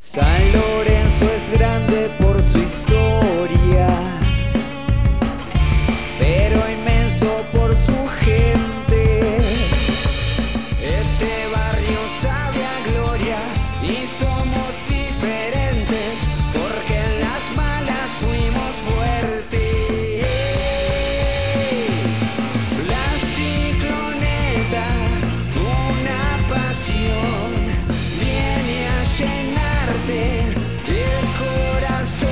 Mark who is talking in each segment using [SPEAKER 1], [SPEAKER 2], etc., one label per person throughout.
[SPEAKER 1] San Lorenzo es grande por su historia, pero inmenso por su gente. Este barrio sabe a gloria y somos diferentes, porque en las malas fuimos fuertes. La cicloneta, una pasión viene a llenarte el corazón.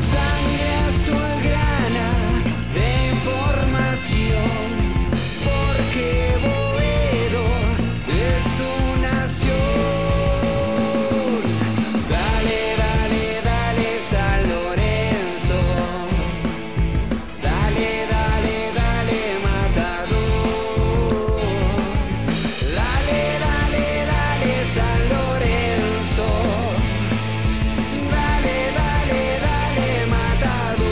[SPEAKER 1] Sangre azul grana de información, porque Boedo es tu nación. Dale, dale, dale, San Lorenzo. Dale, dale, dale, matador. Dale, dale, dale, San Lorenzo. Dale, dale, dale, matador.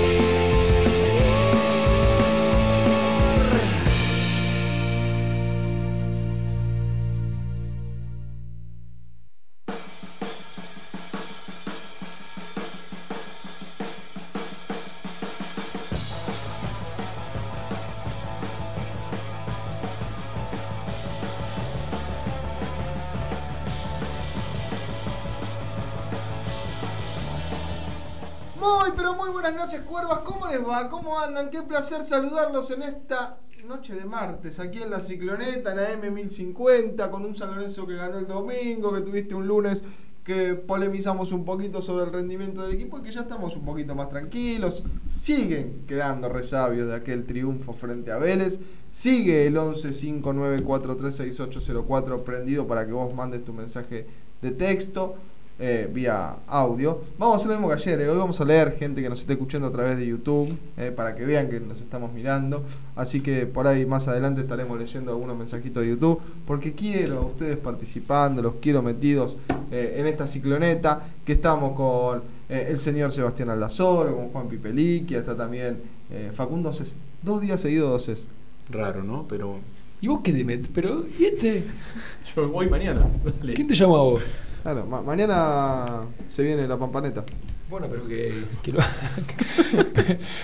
[SPEAKER 2] Muy, pero muy buenas noches, cuervas. ¿Cómo les va? ¿Cómo andan? Qué placer saludarlos en esta noche de martes, aquí en la Cicloneta, en la M1050, con un San Lorenzo que ganó el domingo, que tuviste un lunes que polemizamos un poquito sobre el rendimiento del equipo y que ya estamos un poquito más tranquilos. Siguen quedando resabios de aquel triunfo frente a Vélez. Sigue el 1159436804 prendido para que vos mandes tu mensaje de texto eh, vía audio. Vamos a hacer lo mismo que ayer. eh. Hoy vamos a leer gente que nos esté escuchando a través de YouTube eh, para que vean que nos estamos mirando. Así que por ahí más adelante estaremos leyendo algunos mensajitos de YouTube porque quiero a ustedes participando, los quiero metidos eh, en esta cicloneta que estamos con eh, el señor Sebastián Aldazoro, con Juan Pipeliquia, está también eh, Facundo Doses. Dos días seguidos Doses.
[SPEAKER 3] Raro, ¿no? Pero.
[SPEAKER 4] ¿Y vos qué te metes? Pero, ¿y este?
[SPEAKER 3] Yo voy mañana. Dale.
[SPEAKER 4] ¿Quién te llama a vos?
[SPEAKER 2] Claro, ma- mañana se viene la pampaneta.
[SPEAKER 4] Bueno, pero que, que lo haga.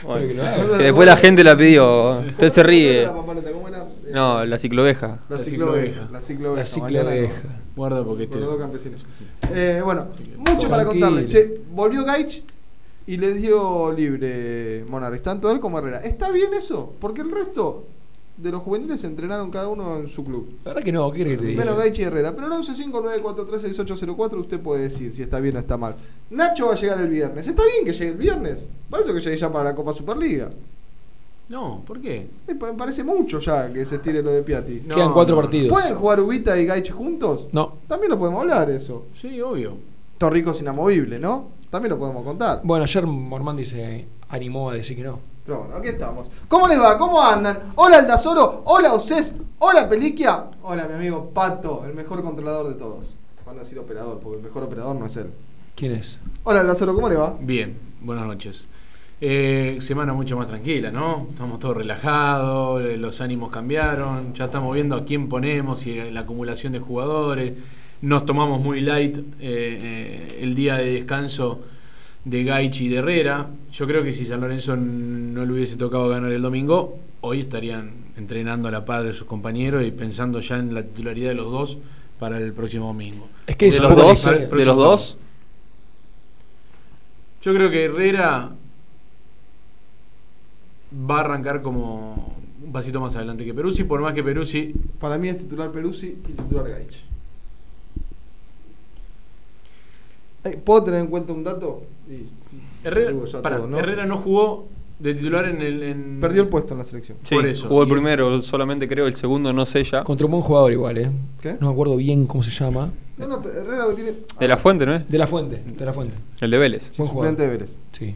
[SPEAKER 4] Bueno, que lo haga.
[SPEAKER 5] Que después la gente la pidió. Usted se ríe.
[SPEAKER 2] La pampaneta, ¿cómo era? Eh,
[SPEAKER 5] No, la cicloveja.
[SPEAKER 2] La
[SPEAKER 3] La
[SPEAKER 2] cicloveja.
[SPEAKER 3] cicloveja.
[SPEAKER 2] La cicloveja.
[SPEAKER 4] La
[SPEAKER 2] mañana
[SPEAKER 4] cicloveja.
[SPEAKER 3] Guarda porque
[SPEAKER 2] con- con
[SPEAKER 3] este.
[SPEAKER 2] los dos campesinos. Eh, bueno, mucho
[SPEAKER 4] Tranquilo.
[SPEAKER 2] para contarles. Che, volvió Gaich y le dio libre Monares, tanto él como Herrera. ¿Está bien eso? Porque el resto de los juveniles entrenaron cada uno en su club.
[SPEAKER 4] La verdad que no, ¿qué crees que te diga?
[SPEAKER 2] Menos Gaich y Herrera. Pero el 1159436804 usted puede decir si está bien o está mal. Nacho va a llegar el viernes. ¿Está bien que llegue el viernes? Para eso que llegue ya para la Copa Superliga.
[SPEAKER 3] No, ¿por qué?
[SPEAKER 2] Me pa- me parece mucho ya que se estire lo de Piatti.
[SPEAKER 3] No,
[SPEAKER 4] Quedan cuatro
[SPEAKER 3] no, no.
[SPEAKER 4] partidos.
[SPEAKER 2] ¿Pueden jugar Ubita y Gaich juntos?
[SPEAKER 4] No.
[SPEAKER 2] También lo podemos hablar eso.
[SPEAKER 3] Sí, obvio.
[SPEAKER 2] Torrico es inamovible, ¿no? También lo podemos contar.
[SPEAKER 4] Bueno, ayer Mormandi se animó a decir que no.
[SPEAKER 2] Pero bueno, aquí estamos. ¿Cómo les va? ¿Cómo andan? Hola Aldazoro, hola Ucés, hola Peliquia, hola mi amigo Pato, el mejor controlador de todos. Van a decir operador, porque el mejor operador no es él.
[SPEAKER 4] ¿Quién es?
[SPEAKER 2] Hola Aldazoro, ¿cómo le va?
[SPEAKER 3] Bien, buenas noches. Eh, semana mucho más tranquila, ¿no? Estamos todos relajados, eh, los ánimos cambiaron, ya estamos viendo a quién ponemos y eh, la acumulación de jugadores. Nos tomamos muy light eh, eh, el día de descanso de Gaich y de Herrera. Yo creo que si San Lorenzo no le hubiese tocado ganar el domingo, hoy estarían entrenando a la par de sus compañeros y pensando ya en la titularidad de los dos para el próximo domingo.
[SPEAKER 4] Es que
[SPEAKER 5] ¿De
[SPEAKER 4] es
[SPEAKER 5] los
[SPEAKER 4] otra
[SPEAKER 5] dos?
[SPEAKER 4] historia.
[SPEAKER 5] ¿De los dos?
[SPEAKER 3] Yo creo que Herrera va a arrancar como un pasito más adelante que Peruzzi, por más que Peruzzi,
[SPEAKER 2] Para mí es titular Peruzzi y titular Gaich. Eh, ¿Puedo tener en cuenta un dato? Y-
[SPEAKER 3] Herrera,
[SPEAKER 2] Digo, ya
[SPEAKER 3] pará,
[SPEAKER 2] todo, ¿no?
[SPEAKER 3] Herrera no jugó de titular en el... en-
[SPEAKER 2] Perdió el puesto en la selección.
[SPEAKER 5] Sí,
[SPEAKER 3] Por eso.
[SPEAKER 5] jugó el
[SPEAKER 3] Y-
[SPEAKER 5] primero, solamente creo, el segundo no sé ya.
[SPEAKER 4] Contra un buen jugador igual, ¿eh?
[SPEAKER 2] ¿Qué?
[SPEAKER 4] No me acuerdo bien cómo se llama.
[SPEAKER 2] No, no, Herrera lo que tiene.
[SPEAKER 5] De la fuente, ¿no es?
[SPEAKER 4] De la Fuente, de la Fuente.
[SPEAKER 5] El de Vélez.
[SPEAKER 4] Buen jugador.
[SPEAKER 2] Suplente de Vélez.
[SPEAKER 4] Sí.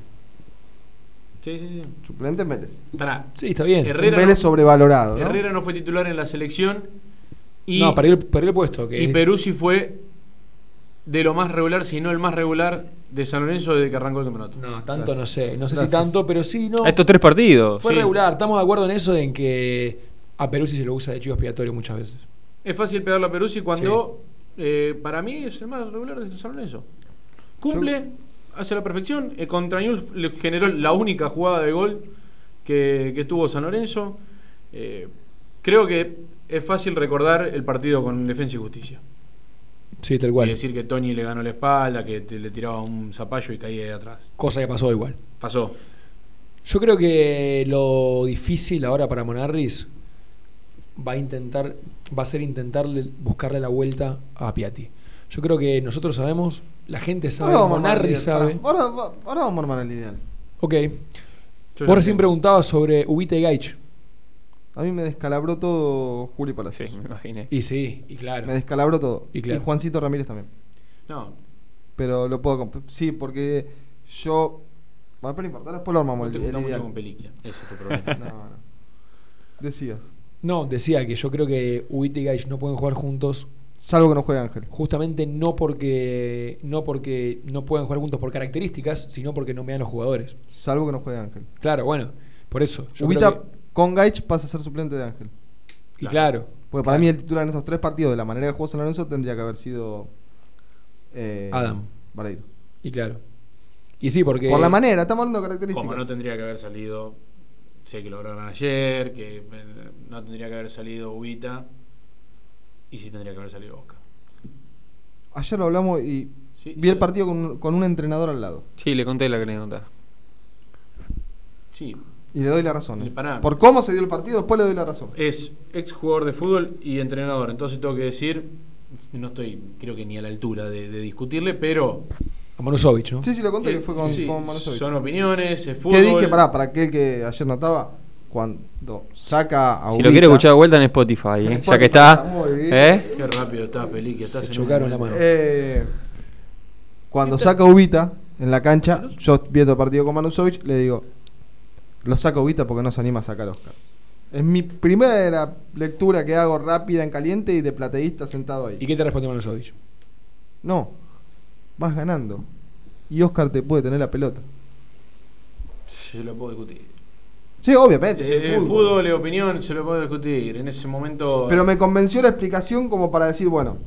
[SPEAKER 3] Sí, sí,
[SPEAKER 2] Suplente en Vélez.
[SPEAKER 3] sí. Pará,
[SPEAKER 4] Sí, está bien.
[SPEAKER 3] Herrera-
[SPEAKER 2] Un Vélez sobrevalorado. ¿no?
[SPEAKER 3] Herrera no fue titular en la selección y,
[SPEAKER 4] no, perdió el, perdió el puesto. Que
[SPEAKER 3] y Peruzzi fue de lo más regular, si no el más regular de San Lorenzo desde que arrancó el campeonato.
[SPEAKER 4] No, tanto
[SPEAKER 2] Gracias.
[SPEAKER 4] no sé. No sé si
[SPEAKER 2] Gracias.
[SPEAKER 4] tanto, pero sí, no.
[SPEAKER 5] A estos tres partidos.
[SPEAKER 4] Fue
[SPEAKER 3] Sí.
[SPEAKER 4] regular. Estamos de acuerdo en eso, en que a Peruzzi se lo usa de chivo expiatorio muchas veces.
[SPEAKER 3] Es fácil pegarle a Peruzzi cuando eh, para mí es el más regular de San Lorenzo. Cumple, hace la perfección. eh, contra Newell's le generó la única jugada de gol que, que tuvo San Lorenzo. Eh, creo que es fácil recordar el partido con Defensa y Justicia.
[SPEAKER 4] Sí, tal cual.
[SPEAKER 3] Y decir que Tony le ganó la espalda, que te- le tiraba un zapallo y caía de atrás.
[SPEAKER 4] Cosa que pasó igual.
[SPEAKER 3] Pasó.
[SPEAKER 4] Yo creo que lo difícil ahora para Monarris va a intentar, va a ser intentarle buscarle la vuelta a Piatti. Yo creo que nosotros sabemos, la gente sabe,
[SPEAKER 2] Ahora vamos a armar el
[SPEAKER 4] Monarri
[SPEAKER 2] ideal,
[SPEAKER 4] sabe.
[SPEAKER 2] pará. Ahora, va- ahora vamos a armar el ideal.
[SPEAKER 4] Ok.
[SPEAKER 3] Yo
[SPEAKER 4] Vos
[SPEAKER 3] ya
[SPEAKER 4] recién
[SPEAKER 3] entiendo.
[SPEAKER 4] preguntabas sobre Ubita y Gaich.
[SPEAKER 2] A mí me descalabró todo Juli
[SPEAKER 5] Sí,
[SPEAKER 2] Palacios.
[SPEAKER 5] me imaginé.
[SPEAKER 4] Y sí, y claro.
[SPEAKER 2] Me descalabró todo.
[SPEAKER 4] Y claro.
[SPEAKER 2] y Juancito Ramírez también.
[SPEAKER 3] No,
[SPEAKER 2] Pero lo puedo comp- Sí, porque yo. Bueno, pero no importa, después lo armamos.
[SPEAKER 3] no te
[SPEAKER 2] El,
[SPEAKER 3] gusta
[SPEAKER 2] el
[SPEAKER 3] mucho
[SPEAKER 2] ideal.
[SPEAKER 3] con Peliquia. Ese es tu problema.
[SPEAKER 2] No, no. Decías.
[SPEAKER 4] No, decía que yo creo que Ubita y Gaich no pueden jugar juntos.
[SPEAKER 2] Salvo que no juegue Ángel.
[SPEAKER 4] Justamente no porque no porque no puedan jugar juntos por características, sino porque no me dan los jugadores.
[SPEAKER 2] Salvo que no juegue Ángel.
[SPEAKER 4] Claro, bueno, por eso. Yo
[SPEAKER 2] Ubita
[SPEAKER 4] creo que-
[SPEAKER 2] con Gaich pasa a ser suplente de Ángel.
[SPEAKER 4] y claro,
[SPEAKER 2] Porque para mí el titular en estos tres partidos, de la manera que jugó San Lorenzo, tendría que haber sido. eh,
[SPEAKER 4] Adam.
[SPEAKER 2] Vareiro.
[SPEAKER 4] y claro. Y sí, porque
[SPEAKER 2] Por la manera, estamos hablando de características.
[SPEAKER 3] Como no tendría que haber salido, sé que lo hablaron ayer, que eh, no tendría que haber salido Ubita y sí tendría que haber salido Oscar.
[SPEAKER 2] Ayer lo hablamos y
[SPEAKER 3] Sí,
[SPEAKER 2] vi el
[SPEAKER 3] sí.
[SPEAKER 2] partido con, un- con un entrenador al lado.
[SPEAKER 5] Sí, le conté la anécdota.
[SPEAKER 3] Sí,
[SPEAKER 2] Y le doy la razón. eh.
[SPEAKER 3] Y pará.
[SPEAKER 2] Por cómo se dio el partido, después le doy la razón.
[SPEAKER 3] es ex jugador de fútbol y entrenador, entonces tengo que decir, no estoy creo que ni a la altura de, de discutirle, pero
[SPEAKER 4] a Manusovic, ¿no?
[SPEAKER 2] Sí, sí, lo conté
[SPEAKER 3] eh,
[SPEAKER 2] que fue con,
[SPEAKER 3] sí,
[SPEAKER 2] con Manojovich.
[SPEAKER 3] son opiniones, es fútbol.
[SPEAKER 2] ¿Qué dije? Pará, para aquel que ayer notaba, cuando saca a
[SPEAKER 5] Si
[SPEAKER 2] Ubita-
[SPEAKER 5] lo quiere escuchar de vuelta en Spotify, ¿eh?
[SPEAKER 2] En
[SPEAKER 5] ya que
[SPEAKER 2] Spotify,
[SPEAKER 5] está.
[SPEAKER 2] muy bien.
[SPEAKER 5] ¿eh?
[SPEAKER 3] Qué rápido estás, Peliquia, estás
[SPEAKER 4] Se
[SPEAKER 3] en
[SPEAKER 4] chocaron
[SPEAKER 3] un
[SPEAKER 4] la
[SPEAKER 3] momento-
[SPEAKER 2] Eh, cuando saca a Ubita en la cancha, yo viendo el partido con Manusovic, le digo, lo saca Ubita porque no se anima a sacar a Oscar. Es mi primera lectura que hago rápida en caliente y de plateísta sentado
[SPEAKER 4] ¿Y
[SPEAKER 2] ahí.
[SPEAKER 4] qué te respondió Manusovic?
[SPEAKER 2] No, vas ganando. Y Oscar te puede tener la pelota.
[SPEAKER 3] Se lo puedo discutir.
[SPEAKER 2] Sí, obviamente.
[SPEAKER 3] Sí,
[SPEAKER 2] es
[SPEAKER 3] eh,
[SPEAKER 2] fútbol.
[SPEAKER 3] fútbol y opinión se lo puedo discutir. En ese momento
[SPEAKER 2] Pero me convenció la explicación como para decir, bueno,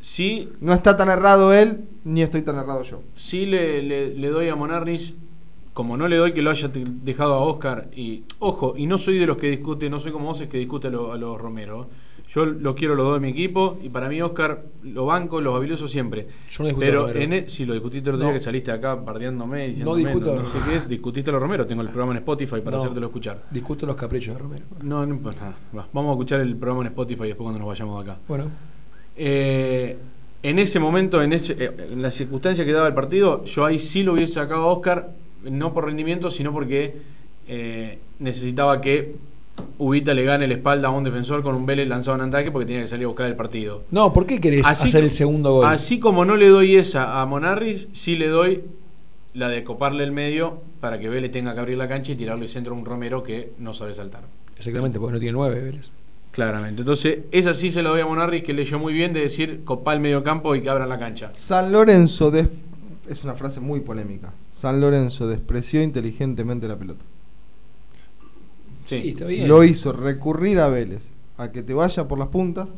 [SPEAKER 3] sí
[SPEAKER 2] no está tan errado él, ni estoy tan errado yo.
[SPEAKER 3] Sí le, le- le doy a Monarnis, como no le doy que lo haya te- dejado a Oscar, y ojo, y no soy de los que discute, no soy como vos, es que discute a, lo- a los Romero. Yo lo quiero los dos de mi equipo, y para mí Oscar lo banco, los habilioso siempre.
[SPEAKER 4] Yo no discuto a
[SPEAKER 3] Pero
[SPEAKER 4] Romero.
[SPEAKER 3] en e- si lo discutiste el otro día
[SPEAKER 4] No.
[SPEAKER 3] que saliste acá pardeándome, diciéndome, no,
[SPEAKER 4] discuto a
[SPEAKER 3] no sé
[SPEAKER 4] Romero.
[SPEAKER 3] qué es, discutiste a los Romero, tengo el programa en Spotify para
[SPEAKER 4] No.
[SPEAKER 3] hacértelo escuchar.
[SPEAKER 4] Discuto los caprichos de Romero.
[SPEAKER 3] No, no pues nada, va, vamos a escuchar el programa en Spotify después cuando nos vayamos de acá.
[SPEAKER 4] Bueno,
[SPEAKER 3] Eh, en ese momento, en, ese- eh, en la circunstancia que daba el partido, yo ahí sí lo hubiese sacado a Oscar, no por rendimiento, sino porque eh, necesitaba que Ubita le gane la espalda a un defensor con un Vélez lanzado en ataque porque tenía que salir a buscar el partido.
[SPEAKER 4] no, ¿por qué querés
[SPEAKER 3] Así
[SPEAKER 4] hacer
[SPEAKER 3] que-
[SPEAKER 4] el segundo gol?
[SPEAKER 3] Así como no le doy esa a Monarris, sí le doy la de coparle el medio para que Vélez tenga que abrir la cancha y tirarle el centro a un Romero que no sabe saltar.
[SPEAKER 4] Exactamente, porque no tiene nueve, Vélez.
[SPEAKER 3] Claramente. Entonces, esa sí se la doy a Monarris que leyó muy bien de decir copar el medio campo y que abran la cancha.
[SPEAKER 2] San Lorenzo des- es una frase muy polémica. San Lorenzo despreció inteligentemente la pelota.
[SPEAKER 3] Sí.
[SPEAKER 4] Y está bien.
[SPEAKER 2] Lo hizo recurrir a Vélez a que te vaya por las puntas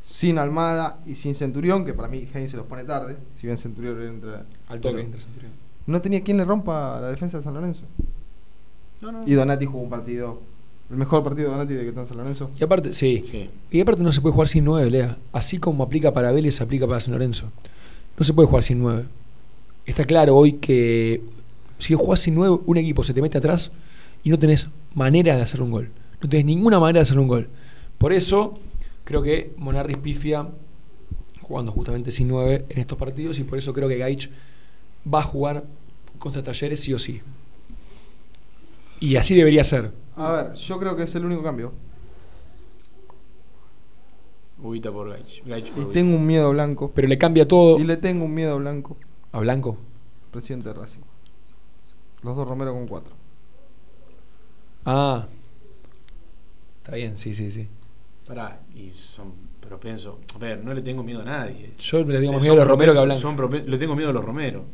[SPEAKER 2] sin Almada y sin Centurión, que para mí Heinz se los pone tarde, si bien Centurión entra
[SPEAKER 4] Al toque.
[SPEAKER 2] pero
[SPEAKER 4] entra Centurión.
[SPEAKER 2] No tenía quien le rompa la defensa de San Lorenzo.
[SPEAKER 3] No, no.
[SPEAKER 2] Y Donati jugó un partido, el mejor partido de Donati de que está en San Lorenzo.
[SPEAKER 4] Y aparte, sí.
[SPEAKER 3] Sí.
[SPEAKER 4] Y aparte no se puede jugar sin nueve, Lea. Así como aplica para Vélez, aplica para San Lorenzo. No se puede jugar sin nueve. Está claro hoy que si jugás sin nueve, un equipo se te mete atrás y no tenés manera de hacer un gol. No tenés ninguna manera de hacer un gol. Por eso creo que Monarris pifia jugando justamente sin nueve en estos partidos y por eso creo que Gaich va a jugar contra Talleres sí o sí. Y así debería ser.
[SPEAKER 2] A ver, yo creo que es el único cambio.
[SPEAKER 3] Ubita por Gaich. Gaich por
[SPEAKER 2] Y
[SPEAKER 3] Ubita.
[SPEAKER 2] tengo un miedo a blanco.
[SPEAKER 4] Pero le cambia todo
[SPEAKER 2] Y le tengo un miedo a blanco.
[SPEAKER 4] a Blanco.
[SPEAKER 2] presidente de Racing. Los dos Romero con cuatro.
[SPEAKER 4] Ah. Está bien, sí, sí, sí.
[SPEAKER 3] Pará, y son propensos. A ver, no le tengo miedo a nadie.
[SPEAKER 4] Yo le
[SPEAKER 3] O
[SPEAKER 4] digo
[SPEAKER 3] sea,
[SPEAKER 4] más miedo a
[SPEAKER 3] son
[SPEAKER 4] los Romero que a
[SPEAKER 3] propensos-
[SPEAKER 4] Blanco.
[SPEAKER 3] son propen- Le tengo miedo a los Romero.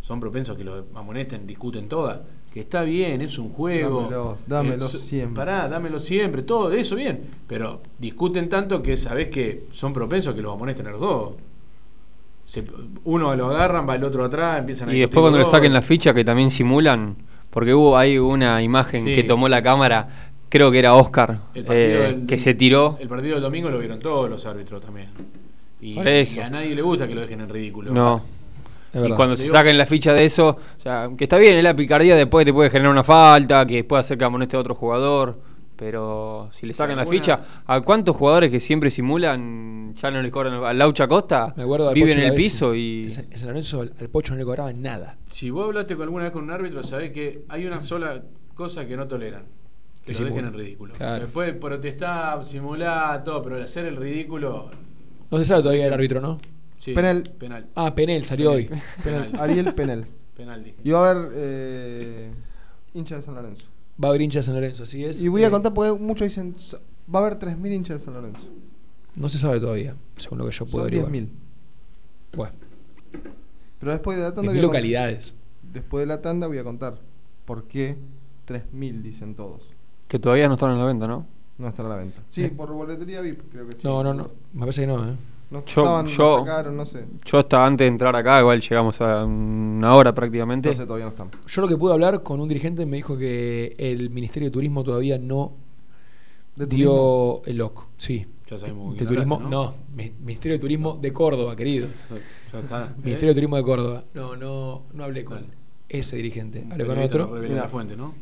[SPEAKER 3] son propensos a que los amonesten, discuten todas. Que está bien, es un juego.
[SPEAKER 2] Dámelos, dámelos
[SPEAKER 3] Eh, so-
[SPEAKER 2] siempre.
[SPEAKER 3] Pará, dámelo siempre, todo eso bien. Pero discuten tanto que sabés que son propensos a que los amonesten a los dos. Se- uno lo agarran, va el otro atrás, empiezan a
[SPEAKER 5] Y
[SPEAKER 3] discutir
[SPEAKER 5] después cuando le
[SPEAKER 3] gol.
[SPEAKER 5] saquen la ficha que también simulan, porque hubo hay una imagen
[SPEAKER 3] Sí.
[SPEAKER 5] que tomó la cámara, creo que era Oscar,
[SPEAKER 3] El partido
[SPEAKER 5] eh,
[SPEAKER 3] del-
[SPEAKER 5] que se tiró.
[SPEAKER 3] El partido del domingo lo vieron todos los árbitros también. Y,
[SPEAKER 5] Por eso.
[SPEAKER 3] y a nadie le gusta que lo dejen en ridículo.
[SPEAKER 5] No.
[SPEAKER 4] Es
[SPEAKER 5] Y
[SPEAKER 4] verdad.
[SPEAKER 5] cuando se
[SPEAKER 3] Digo-
[SPEAKER 5] saquen la ficha de eso, o sea, que está bien, es la picardía, después te puede generar una falta, que después hacer que amoneste a otro jugador, pero si le sacan la
[SPEAKER 3] Alguna-
[SPEAKER 5] ficha, ¿a cuántos jugadores que siempre simulan ya no le cobran? A Laucha Costa
[SPEAKER 4] Me acuerdo del
[SPEAKER 5] vive
[SPEAKER 4] Pocho
[SPEAKER 5] en el
[SPEAKER 4] Gavesi.
[SPEAKER 5] piso y...
[SPEAKER 4] En San en San Lorenzo al, al Pocho no le cobraban nada.
[SPEAKER 3] Si vos hablaste con alguna vez con un árbitro, sabés que hay una sola cosa que no toleran. Que
[SPEAKER 4] Que
[SPEAKER 3] lo dejen
[SPEAKER 4] simula.
[SPEAKER 3] en ridículo.
[SPEAKER 4] Claro.
[SPEAKER 3] Después protestar, simular, todo, pero hacer el ridículo...
[SPEAKER 4] No se sabe todavía el árbitro, ¿no?
[SPEAKER 3] sí,
[SPEAKER 2] Penal.
[SPEAKER 3] Penal.
[SPEAKER 4] Ah, Penel salió hoy.
[SPEAKER 2] Penal.
[SPEAKER 3] Penal.
[SPEAKER 2] Ariel Penel.
[SPEAKER 3] Penal, dije.
[SPEAKER 2] Y va a haber eh, hincha de San Lorenzo.
[SPEAKER 4] Va a haber hincha de San Lorenzo, así este, es.
[SPEAKER 2] Y voy a
[SPEAKER 4] Eh,
[SPEAKER 2] contar porque muchos dicen, "S- va a haber 3.000 hinchas de San Lorenzo.
[SPEAKER 4] No se sabe todavía, según lo que yo puedo
[SPEAKER 2] Son
[SPEAKER 4] averiguar.
[SPEAKER 2] 10.000.
[SPEAKER 4] Bueno,
[SPEAKER 2] Pero después de la tanda... voy
[SPEAKER 4] 10.000
[SPEAKER 2] a cont-
[SPEAKER 4] localidades.
[SPEAKER 2] Después de la tanda voy a contar por qué 3.000 dicen todos.
[SPEAKER 5] Que todavía no están en la venta, ¿no?
[SPEAKER 2] No están a la venta. Sí,
[SPEAKER 4] Eh.
[SPEAKER 2] por boletería VIP creo que sí.
[SPEAKER 4] No, no, no. Me parece que no, ¿eh?
[SPEAKER 2] No
[SPEAKER 5] Yo-
[SPEAKER 2] estaban, no
[SPEAKER 5] yo-
[SPEAKER 2] sacaron, no sé.
[SPEAKER 5] Yo hasta antes de entrar acá, igual llegamos a una hora prácticamente.
[SPEAKER 2] Entonces todavía no están.
[SPEAKER 4] Yo lo que pude hablar con un dirigente me dijo que el Ministerio de Turismo todavía no
[SPEAKER 2] ¿De
[SPEAKER 4] dio
[SPEAKER 2] turismo?
[SPEAKER 4] el loco. Sí.
[SPEAKER 3] Ya sabemos con
[SPEAKER 4] de
[SPEAKER 3] quién
[SPEAKER 4] turismo,
[SPEAKER 3] hablaste,
[SPEAKER 4] ¿no? Mi- Ministerio de Turismo de Córdoba, querido.
[SPEAKER 3] Ya está.
[SPEAKER 4] Ministerio de Turismo de Córdoba. No, no, no hablé con
[SPEAKER 3] Dale.
[SPEAKER 4] ese dirigente.
[SPEAKER 3] Un
[SPEAKER 4] Hablé con
[SPEAKER 3] periodista nos
[SPEAKER 4] otro.
[SPEAKER 3] reveló
[SPEAKER 2] Mira.
[SPEAKER 3] la fuente, ¿no?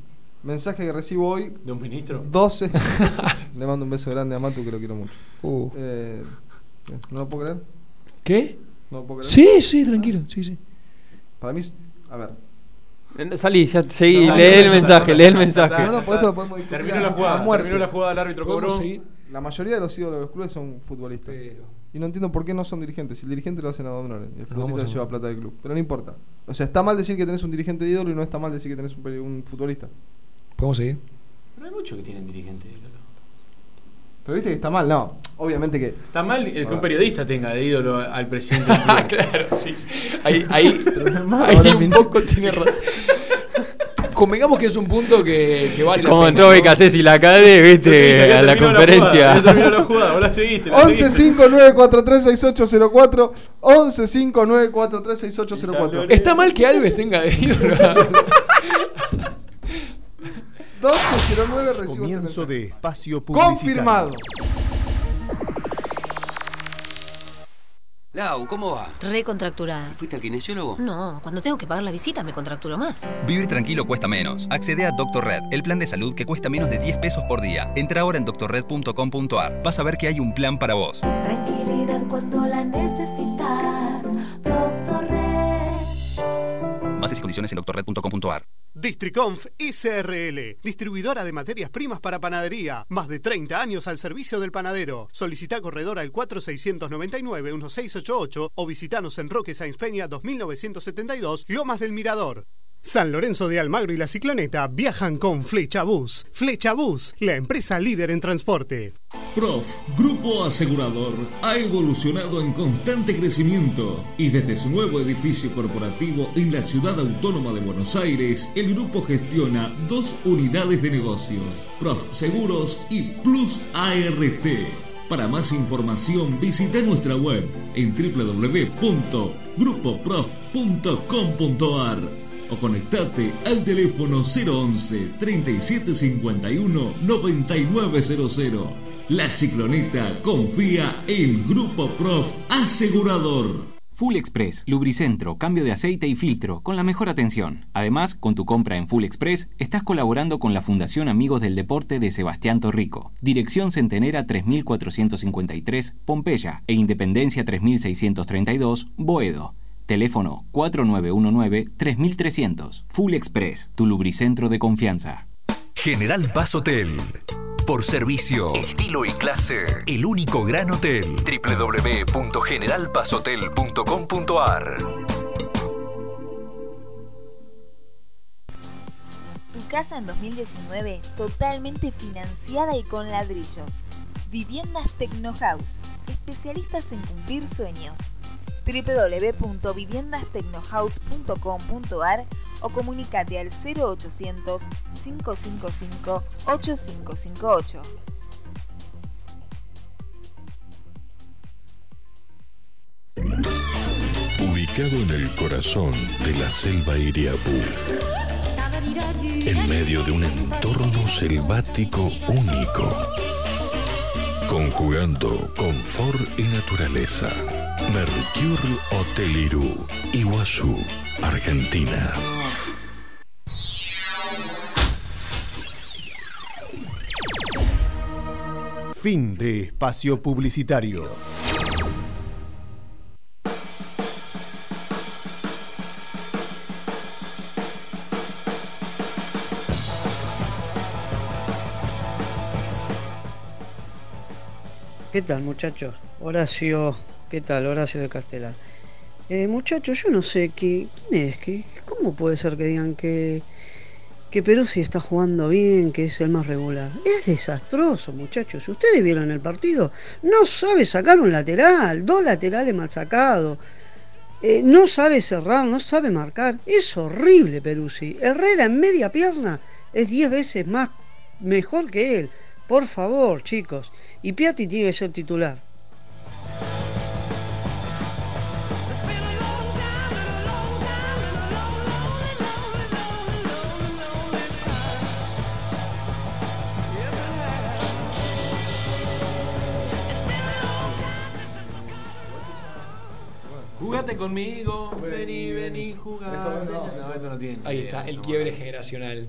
[SPEAKER 2] Mensaje que recibo hoy,
[SPEAKER 3] De un ministro.
[SPEAKER 2] 12. Le mando un beso grande a Matu que lo quiero mucho.
[SPEAKER 4] Uh.
[SPEAKER 2] Eh, ¿No lo puedo creer?
[SPEAKER 4] ¿Qué?
[SPEAKER 2] ¿No lo puedo creer?
[SPEAKER 4] Sí, sí, tranquilo. Sí, sí.
[SPEAKER 2] Para mí, es- a ver.
[SPEAKER 5] Eh, Salí, ya seguí,
[SPEAKER 3] No,
[SPEAKER 5] lee
[SPEAKER 3] no,
[SPEAKER 5] el
[SPEAKER 3] no,
[SPEAKER 5] mensaje,
[SPEAKER 3] no,
[SPEAKER 5] lee el
[SPEAKER 3] no,
[SPEAKER 5] mensaje.
[SPEAKER 3] no,
[SPEAKER 2] No, no, por esto lo podemos discutir.
[SPEAKER 3] Terminó
[SPEAKER 2] a-
[SPEAKER 3] la
[SPEAKER 2] a
[SPEAKER 3] jugada.
[SPEAKER 2] muerte.
[SPEAKER 3] Terminó la jugada, el árbitro cobró.
[SPEAKER 4] ¿Podemos seguir?
[SPEAKER 2] La mayoría de los ídolos de los clubes son futbolistas.
[SPEAKER 4] Pero-
[SPEAKER 2] Y no entiendo por qué no son dirigentes. Si el dirigente lo hacen a Don Honor, el
[SPEAKER 4] vamos
[SPEAKER 2] futbolista
[SPEAKER 4] a-
[SPEAKER 2] se lleva plata del club. Pero no importa. O sea, está mal decir que tenés un dirigente de ídolo y no está mal decir que tenés un, peri- un futbolista.
[SPEAKER 4] ¿Podemos seguir?
[SPEAKER 3] Pero hay muchos que tienen dirigentes.
[SPEAKER 2] Pero viste que está mal, no. Obviamente que.
[SPEAKER 3] Está mal el que
[SPEAKER 2] Ahora.
[SPEAKER 3] un periodista tenga de ídolo al presidente. del club.
[SPEAKER 4] claro, sí. Ahí, ahí,
[SPEAKER 2] ahí un
[SPEAKER 4] poco tiene razón. Convengamos que es un punto que, que vale la
[SPEAKER 5] Como
[SPEAKER 4] pena,
[SPEAKER 5] entró
[SPEAKER 4] ¿no?
[SPEAKER 5] Becasés y la CADE, viste,
[SPEAKER 3] Ya
[SPEAKER 5] a la
[SPEAKER 3] terminó
[SPEAKER 5] conferencia.
[SPEAKER 3] jugada, ya terminó la jugada, vos la seguiste. la
[SPEAKER 2] 11
[SPEAKER 3] seguiste.
[SPEAKER 2] 1159436804 11 59436804
[SPEAKER 4] Está mal que Alves tenga de ídolo.
[SPEAKER 2] 1209 recibo este
[SPEAKER 6] Comienzo
[SPEAKER 2] mensaje.
[SPEAKER 6] de espacio publicitario.
[SPEAKER 2] Confirmado.
[SPEAKER 7] Lau, ¿cómo va?
[SPEAKER 8] Recontracturada.
[SPEAKER 7] ¿Fuiste al kinesiólogo?
[SPEAKER 8] No, cuando tengo que pagar la visita me contracturo más.
[SPEAKER 9] Vivir tranquilo cuesta menos. Accede a Doctor Red, el plan de salud que cuesta menos de 10 pesos por día. Entra ahora en doctorred.com.ar. Vas a ver que hay un plan para vos.
[SPEAKER 10] Tranquilidad cuando la necesitas, Doctor Red.
[SPEAKER 9] Bases y condiciones en doctorred.com.ar.
[SPEAKER 11] Districonf SRL, distribuidora de materias primas para panadería, más de 30 años al servicio del panadero. Solicita corredor al 4699-1688 o visitanos en Roque Sáenz Peña 2972, Lomas del Mirador. San Lorenzo de Almagro y La Cicloneta viajan con Flecha Bus. Flecha Bus, la empresa líder en transporte.
[SPEAKER 12] Prof, Grupo Asegurador, ha evolucionado en constante crecimiento y desde su nuevo edificio corporativo en la ciudad autónoma de Buenos Aires, el grupo gestiona dos unidades de negocios, Prof Seguros y Plus ART. Para más información visita nuestra web en www.grupoprof.com.ar o conectate al teléfono 011 3751 9900. La cicloneta confía en Grupo Prof Asegurador.
[SPEAKER 7] Full Express, lubricentro, cambio de aceite y filtro, con la mejor atención. Además, con tu compra en Full Express, estás colaborando con la Fundación Amigos del Deporte de Sebastián Torrico. Dirección Centenera 3453, Pompeya, e Independencia 3632, Boedo. Teléfono 4919-3300. Full Express, tu lubricentro de confianza.
[SPEAKER 6] General Paz Hotel. Por servicio, estilo y clase. El único gran hotel. www.generalpazhotel.com.ar
[SPEAKER 10] Tu casa en 2019 totalmente financiada y con ladrillos. Viviendas Tecno House, especialistas en cumplir sueños. www.viviendastecnohouse.com.ar o comunicate al 0800 555 8558.
[SPEAKER 13] Ubicado en el corazón de la selva Iriapú, en medio de un entorno selvático único, conjugando confort y naturaleza. Mercure Hotel Irú, Iguazú, Argentina.
[SPEAKER 14] Fin de espacio publicitario.
[SPEAKER 15] ¿Qué tal, muchachos? Horacio, ¿qué tal? Horacio de Castellán. Eh, muchachos, yo no sé qué, quién es, que cómo puede ser que digan que, que Perú sí está jugando bien, que es el más regular. Es desastroso, muchachos. Ustedes vieron el partido, no sabe sacar un lateral, dos laterales mal sacados. Eh, no sabe cerrar, no sabe marcar. Es horrible Peruzzi. Herrera en media pierna es 10 veces más mejor que él. Por favor, chicos. Y Piatti tiene que ser titular.
[SPEAKER 3] Jugate conmigo, vení, vení, jugá.
[SPEAKER 2] Esto no.
[SPEAKER 3] No, esto no tiene.
[SPEAKER 4] Ahí está, el quiebre generacional.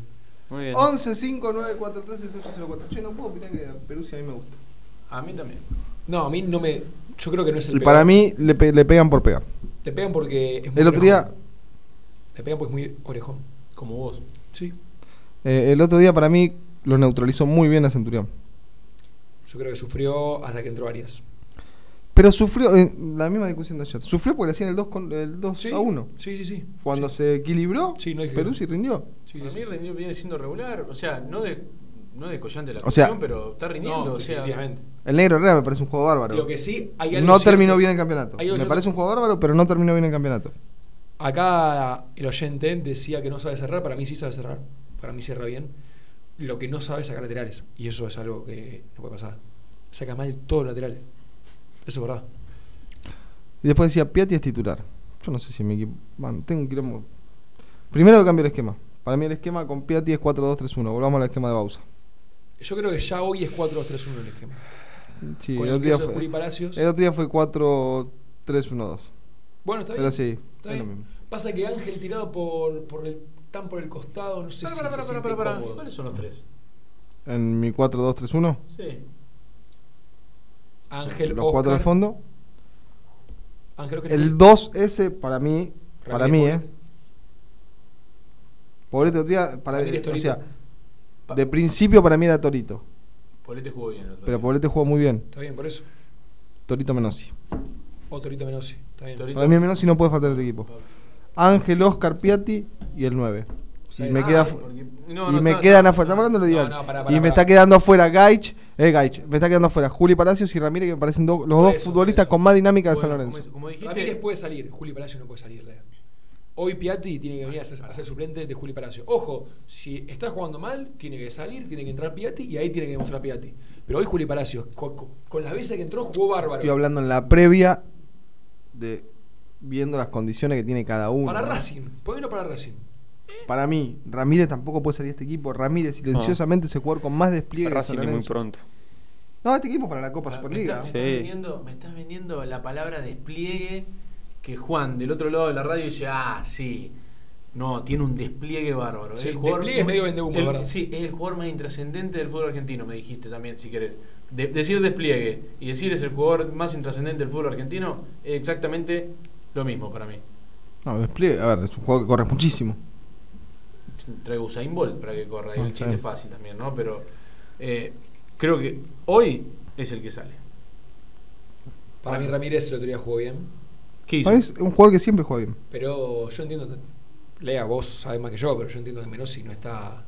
[SPEAKER 5] Muy
[SPEAKER 2] 11 5 9 4 3 6 8 0 4. Che, no puedo opinar que Perú sí a mí me gusta.
[SPEAKER 3] A mí también.
[SPEAKER 4] No, a mí no me. Yo creo que no es el
[SPEAKER 2] Y
[SPEAKER 4] peor.
[SPEAKER 2] para mí le, pe- le pegan por pegar.
[SPEAKER 4] Le pegan porque. Es muy
[SPEAKER 2] El otro día,
[SPEAKER 4] orejón. Le pegan porque es muy orejón.
[SPEAKER 3] Como vos.
[SPEAKER 4] Sí.
[SPEAKER 2] eh, el otro día para mí lo neutralizó muy bien a Centurión.
[SPEAKER 4] Yo creo que sufrió hasta que entró Arias.
[SPEAKER 2] Pero sufrió, eh, la misma discusión de ayer, sufrió porque le hacían el 2, con, el 2 a 1.
[SPEAKER 4] Sí, sí, sí.
[SPEAKER 2] Cuando se equilibró, Perú sí rindió.
[SPEAKER 3] Para mí rindió, viene siendo regular. O sea, no de, no de collante la
[SPEAKER 2] O sea-
[SPEAKER 3] cuestión, pero está rindiendo.
[SPEAKER 4] No,
[SPEAKER 3] o sea,
[SPEAKER 4] definitivamente.
[SPEAKER 2] El negro Herrera me parece un juego bárbaro.
[SPEAKER 4] Lo que sí, hay algo
[SPEAKER 2] no
[SPEAKER 4] cierto-
[SPEAKER 2] terminó bien el campeonato.
[SPEAKER 4] hay algo
[SPEAKER 2] Me
[SPEAKER 4] cierto-
[SPEAKER 2] parece un juego bárbaro, pero no terminó bien el campeonato.
[SPEAKER 4] Acá el oyente decía que no sabe cerrar, para mí sí sabe cerrar. Para mí cierra bien. Lo que no sabe es sacar laterales. Y eso es algo que no puede pasar. Saca mal todos los laterales. Eso es verdad.
[SPEAKER 2] Y después decía, Piatti es titular. Yo no sé si mi equipo. Bueno, tengo un quilombo. Primero que cambio el esquema. Para mí el esquema con Piatti es 4-2-3-1. Volvamos al esquema de Bausa.
[SPEAKER 4] Yo creo que ya hoy es 4-2-3-1 el esquema.
[SPEAKER 2] Sí,
[SPEAKER 4] Con
[SPEAKER 2] el otro, día
[SPEAKER 4] el ingreso de
[SPEAKER 2] fue,
[SPEAKER 4] Juli Palacios.
[SPEAKER 2] el otro día fue 4-3-1-2.
[SPEAKER 4] Bueno, está bien.
[SPEAKER 2] Pero sí,
[SPEAKER 4] Está
[SPEAKER 2] es lo
[SPEAKER 4] bien.
[SPEAKER 2] mismo.
[SPEAKER 4] Pasa que Ángel tirado por, por el tan por el costado, no sé
[SPEAKER 3] Pará,
[SPEAKER 4] si
[SPEAKER 3] pará,
[SPEAKER 4] se
[SPEAKER 3] pará,
[SPEAKER 4] siente
[SPEAKER 3] pará, pará.
[SPEAKER 4] cómodo.
[SPEAKER 3] ¿Cuáles son los tres?
[SPEAKER 2] En mi 4-2-3-1.
[SPEAKER 3] Sí.
[SPEAKER 4] Ángel
[SPEAKER 2] Los cuatro al
[SPEAKER 4] Oscar,
[SPEAKER 2] fondo.
[SPEAKER 4] Ángel Oscar y
[SPEAKER 2] El 2S para mí, para mí,
[SPEAKER 4] Ramírez
[SPEAKER 2] eh. Pobrete otro día, para,
[SPEAKER 3] Ramírez
[SPEAKER 2] o
[SPEAKER 3] Torito.
[SPEAKER 2] sea, de principio para mí era Torito,
[SPEAKER 3] Polete jugó bien. el otro
[SPEAKER 2] pero
[SPEAKER 3] día.
[SPEAKER 2] Poblete jugó muy bien.
[SPEAKER 4] Está bien, por eso.
[SPEAKER 2] Torito Menossi.
[SPEAKER 4] O Torito Menossi. Está bien.
[SPEAKER 2] Para mí Menossi no puede faltar en este equipo. Ángel, Oscar, Piatti y el 9.
[SPEAKER 4] sea,
[SPEAKER 2] y me,
[SPEAKER 4] ah,
[SPEAKER 2] queda,
[SPEAKER 4] porque-
[SPEAKER 3] no,
[SPEAKER 2] y
[SPEAKER 3] no,
[SPEAKER 2] me
[SPEAKER 3] está-
[SPEAKER 2] quedan
[SPEAKER 3] no,
[SPEAKER 2] afuera. Estamos hablando de los
[SPEAKER 3] no,
[SPEAKER 2] ideal.
[SPEAKER 3] no, pará,
[SPEAKER 2] y
[SPEAKER 3] pará,
[SPEAKER 2] me
[SPEAKER 3] pará.
[SPEAKER 2] está quedando afuera Gaich. Eh, Gaich. Me está quedando afuera Juli Palacios y Ramírez, que me parecen do- los
[SPEAKER 4] Por
[SPEAKER 2] dos
[SPEAKER 4] eso,
[SPEAKER 2] futbolistas con más dinámica de San Lorenzo.
[SPEAKER 3] Como dijiste-
[SPEAKER 4] Ramírez puede salir, Juli Palacio no puede salir, Lea. Hoy Piatti tiene que venir a ser, a ser suplente de Juli Palacio. Ojo, si está jugando mal, tiene que salir, tiene que entrar Piatti y ahí tiene que demostrar Piatti. Pero hoy Juli Palacio, co- co- con, las veces que entró, jugó bárbaro.
[SPEAKER 2] Estoy hablando en la previa de viendo las condiciones que tiene cada uno.
[SPEAKER 4] para
[SPEAKER 2] ¿no?
[SPEAKER 4] Racing, ¿por qué no para Racing?
[SPEAKER 2] Para mí, Ramírez tampoco puede salir de este equipo. Ramírez silenciosamente se juega con más despliegue. que
[SPEAKER 5] Racing
[SPEAKER 2] San
[SPEAKER 5] es muy
[SPEAKER 2] Lorenzo.
[SPEAKER 5] pronto.
[SPEAKER 2] No, este equipo para la Copa Superliga.
[SPEAKER 3] Me estás, vendiendo, me estás vendiendo la palabra despliegue que Juan del otro lado de la radio dice, ah, sí. No, tiene un despliegue bárbaro.
[SPEAKER 4] Sí,
[SPEAKER 3] El jugador-
[SPEAKER 4] despliegue es medio vendehumo,
[SPEAKER 3] el-
[SPEAKER 4] ¿verdad?
[SPEAKER 3] Sí, es el jugador más intrascendente del fútbol argentino, me dijiste también, si querés. De- decir despliegue y decir es el jugador más intrascendente del fútbol argentino, es exactamente lo mismo para mí.
[SPEAKER 2] No, despliegue. A ver, es un juego que corre muchísimo.
[SPEAKER 3] Traigo Usain Bolt para que corra, y
[SPEAKER 2] Ah,
[SPEAKER 3] el chiste
[SPEAKER 2] sí.
[SPEAKER 3] es fácil también, ¿no? Pero eh, creo que hoy es el que sale.
[SPEAKER 4] Para mí Ramírez el otro día jugó bien,
[SPEAKER 3] ¿Qué hizo?
[SPEAKER 2] Para mí Es un jugador que siempre juega bien.
[SPEAKER 4] pero yo entiendo, Lea, vos sabes más que yo, pero yo entiendo que Menossi no está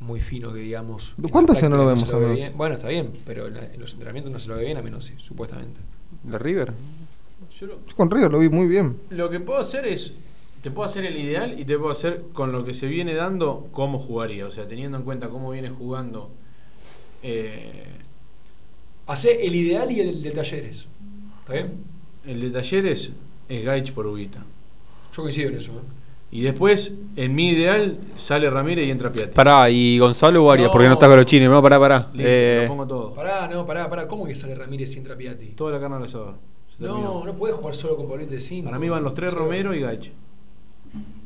[SPEAKER 4] muy fino, que digamos. en
[SPEAKER 2] ¿Cuánto
[SPEAKER 4] la
[SPEAKER 2] hace no lo vemos
[SPEAKER 4] práctica se
[SPEAKER 2] a
[SPEAKER 4] ve
[SPEAKER 2] Menossi?
[SPEAKER 4] bien. Bueno, está bien, pero en la- en los entrenamientos no se lo ve bien a Menossi, supuestamente.
[SPEAKER 5] ¿De River?
[SPEAKER 3] Yo lo,
[SPEAKER 2] Yo con Río lo vi muy bien.
[SPEAKER 3] Lo que puedo hacer es, te puedo hacer el ideal y te puedo hacer con lo que se viene dando cómo jugaría. O sea, teniendo en cuenta cómo viene jugando. eh,
[SPEAKER 4] Hacé el ideal y el de talleres. ¿Está bien?
[SPEAKER 3] el de talleres es Gaich por Ubita.
[SPEAKER 4] Yo coincido en eso. ¿eh?
[SPEAKER 3] Y después, en mi ideal, sale Ramírez y entra Piatti.
[SPEAKER 5] Pará, y Gonzalo Arias, porque no está con los chinos, no, pará, pará.
[SPEAKER 3] Listo,
[SPEAKER 5] Eh,
[SPEAKER 3] lo pongo todo.
[SPEAKER 4] Pará, no, pará, pará. ¿Cómo que sale Ramírez y entra Piatti?
[SPEAKER 3] Toda la carne al asador. Se terminó.
[SPEAKER 4] No, no puedes jugar solo con Pablete de 5.
[SPEAKER 3] Para mí van los tres Romero y Gaich.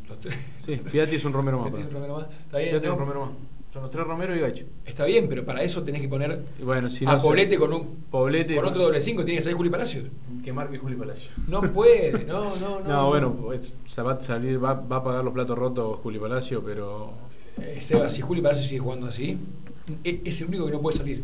[SPEAKER 4] Los tres.
[SPEAKER 3] Sí, Piatti es un Romero más.
[SPEAKER 4] Piatti es un
[SPEAKER 3] para mí.
[SPEAKER 4] Romero más. Está bien,
[SPEAKER 3] Piatti es un
[SPEAKER 4] ¿no?
[SPEAKER 3] Romero más. Son los tres Romero y Gaich.
[SPEAKER 4] Está bien, pero para eso tenés que poner
[SPEAKER 3] Y bueno, si
[SPEAKER 4] a
[SPEAKER 3] no se-
[SPEAKER 4] Poblete con un
[SPEAKER 3] Poblete
[SPEAKER 4] con otro doble 5. Tiene que salir Juli Palacios.
[SPEAKER 3] Que marque Juli Palacio.
[SPEAKER 4] No puede, no, no, no.
[SPEAKER 3] No, bueno, pues, se va a salir, va, va a pagar los platos rotos Juli Palacio, pero.
[SPEAKER 4] Eh, Seba, si Juli Palacios sigue jugando así, e- es el único que no puede salir.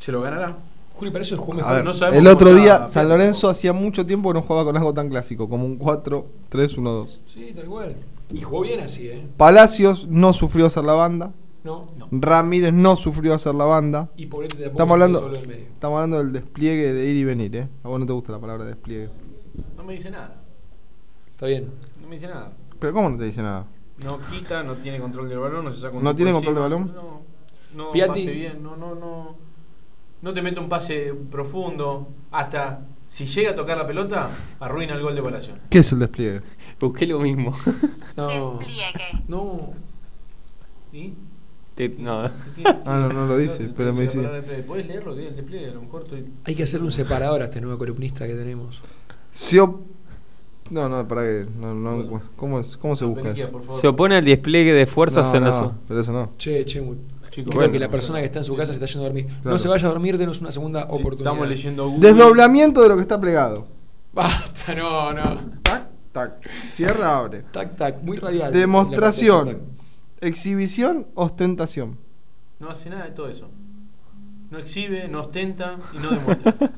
[SPEAKER 3] ¿Se lo ganará?
[SPEAKER 4] Juli Palacios jugó
[SPEAKER 2] A
[SPEAKER 4] mejor.
[SPEAKER 2] ver,
[SPEAKER 4] no sabemos
[SPEAKER 2] el
[SPEAKER 4] cómo
[SPEAKER 2] otro
[SPEAKER 4] está
[SPEAKER 2] día
[SPEAKER 4] Piatti.
[SPEAKER 2] San Lorenzo hacía mucho tiempo que no jugaba con algo tan clásico, como un 4-3-1-2.
[SPEAKER 4] Sí, tal cual. Y jugó bien así, ¿eh?
[SPEAKER 2] Palacios no sufrió hacer la banda.
[SPEAKER 4] No, no.
[SPEAKER 2] Ramírez no sufrió hacer la banda.
[SPEAKER 4] Y Poblete tampoco
[SPEAKER 2] estamos
[SPEAKER 4] se fue
[SPEAKER 2] hablando,
[SPEAKER 4] solo en medio.
[SPEAKER 2] estamos hablando del despliegue de ir y venir, ¿eh? A vos no te gusta la palabra despliegue.
[SPEAKER 3] No me dice nada.
[SPEAKER 4] Está bien.
[SPEAKER 3] No me dice nada.
[SPEAKER 2] Pero ¿cómo no te dice nada?
[SPEAKER 3] No quita, no tiene control del balón, no se saca un
[SPEAKER 2] ¿No tiene
[SPEAKER 3] tipo
[SPEAKER 2] control
[SPEAKER 3] encima,
[SPEAKER 2] del
[SPEAKER 3] No, no
[SPEAKER 4] Piatti-
[SPEAKER 3] pase bien, no, no, no. No te mete un pase profundo. Hasta si llega a tocar la pelota, arruina el gol de Palacio.
[SPEAKER 2] ¿Qué es el despliegue?
[SPEAKER 5] Busqué lo mismo.
[SPEAKER 4] No. No.
[SPEAKER 3] ¿Y?
[SPEAKER 5] Te- no.
[SPEAKER 2] Ah, no, no lo dice, pero me dice.
[SPEAKER 3] ¿Puedes leer lo que es el despliegue? A lo mejor estoy-
[SPEAKER 4] Hay que hacerle un separador a esta nueva columnista que tenemos.
[SPEAKER 2] Se op- No, no, para que. No, no, ¿cómo, es- ¿Cómo se busca eso?
[SPEAKER 5] Se opone al despliegue de fuerzas
[SPEAKER 2] No,
[SPEAKER 5] en la
[SPEAKER 2] no,
[SPEAKER 5] zona.
[SPEAKER 2] Pero eso no.
[SPEAKER 4] Che, che, mu-
[SPEAKER 5] Chicos,
[SPEAKER 4] creo
[SPEAKER 5] bueno.
[SPEAKER 4] que la persona que está en su casa se está yendo a dormir.
[SPEAKER 2] Claro.
[SPEAKER 4] No se vaya a dormir, denos una segunda oportunidad.
[SPEAKER 3] Estamos leyendo Google.
[SPEAKER 2] Desdoblamiento de lo que está plegado.
[SPEAKER 4] Basta, no, no.
[SPEAKER 2] Tac, tac. Cierra, abre.
[SPEAKER 4] Tac, tac, muy radial. La parte del
[SPEAKER 2] Demostración. Exhibición, ostentación.
[SPEAKER 3] No hace nada de todo eso. No exhibe, no ostenta y no demuestra.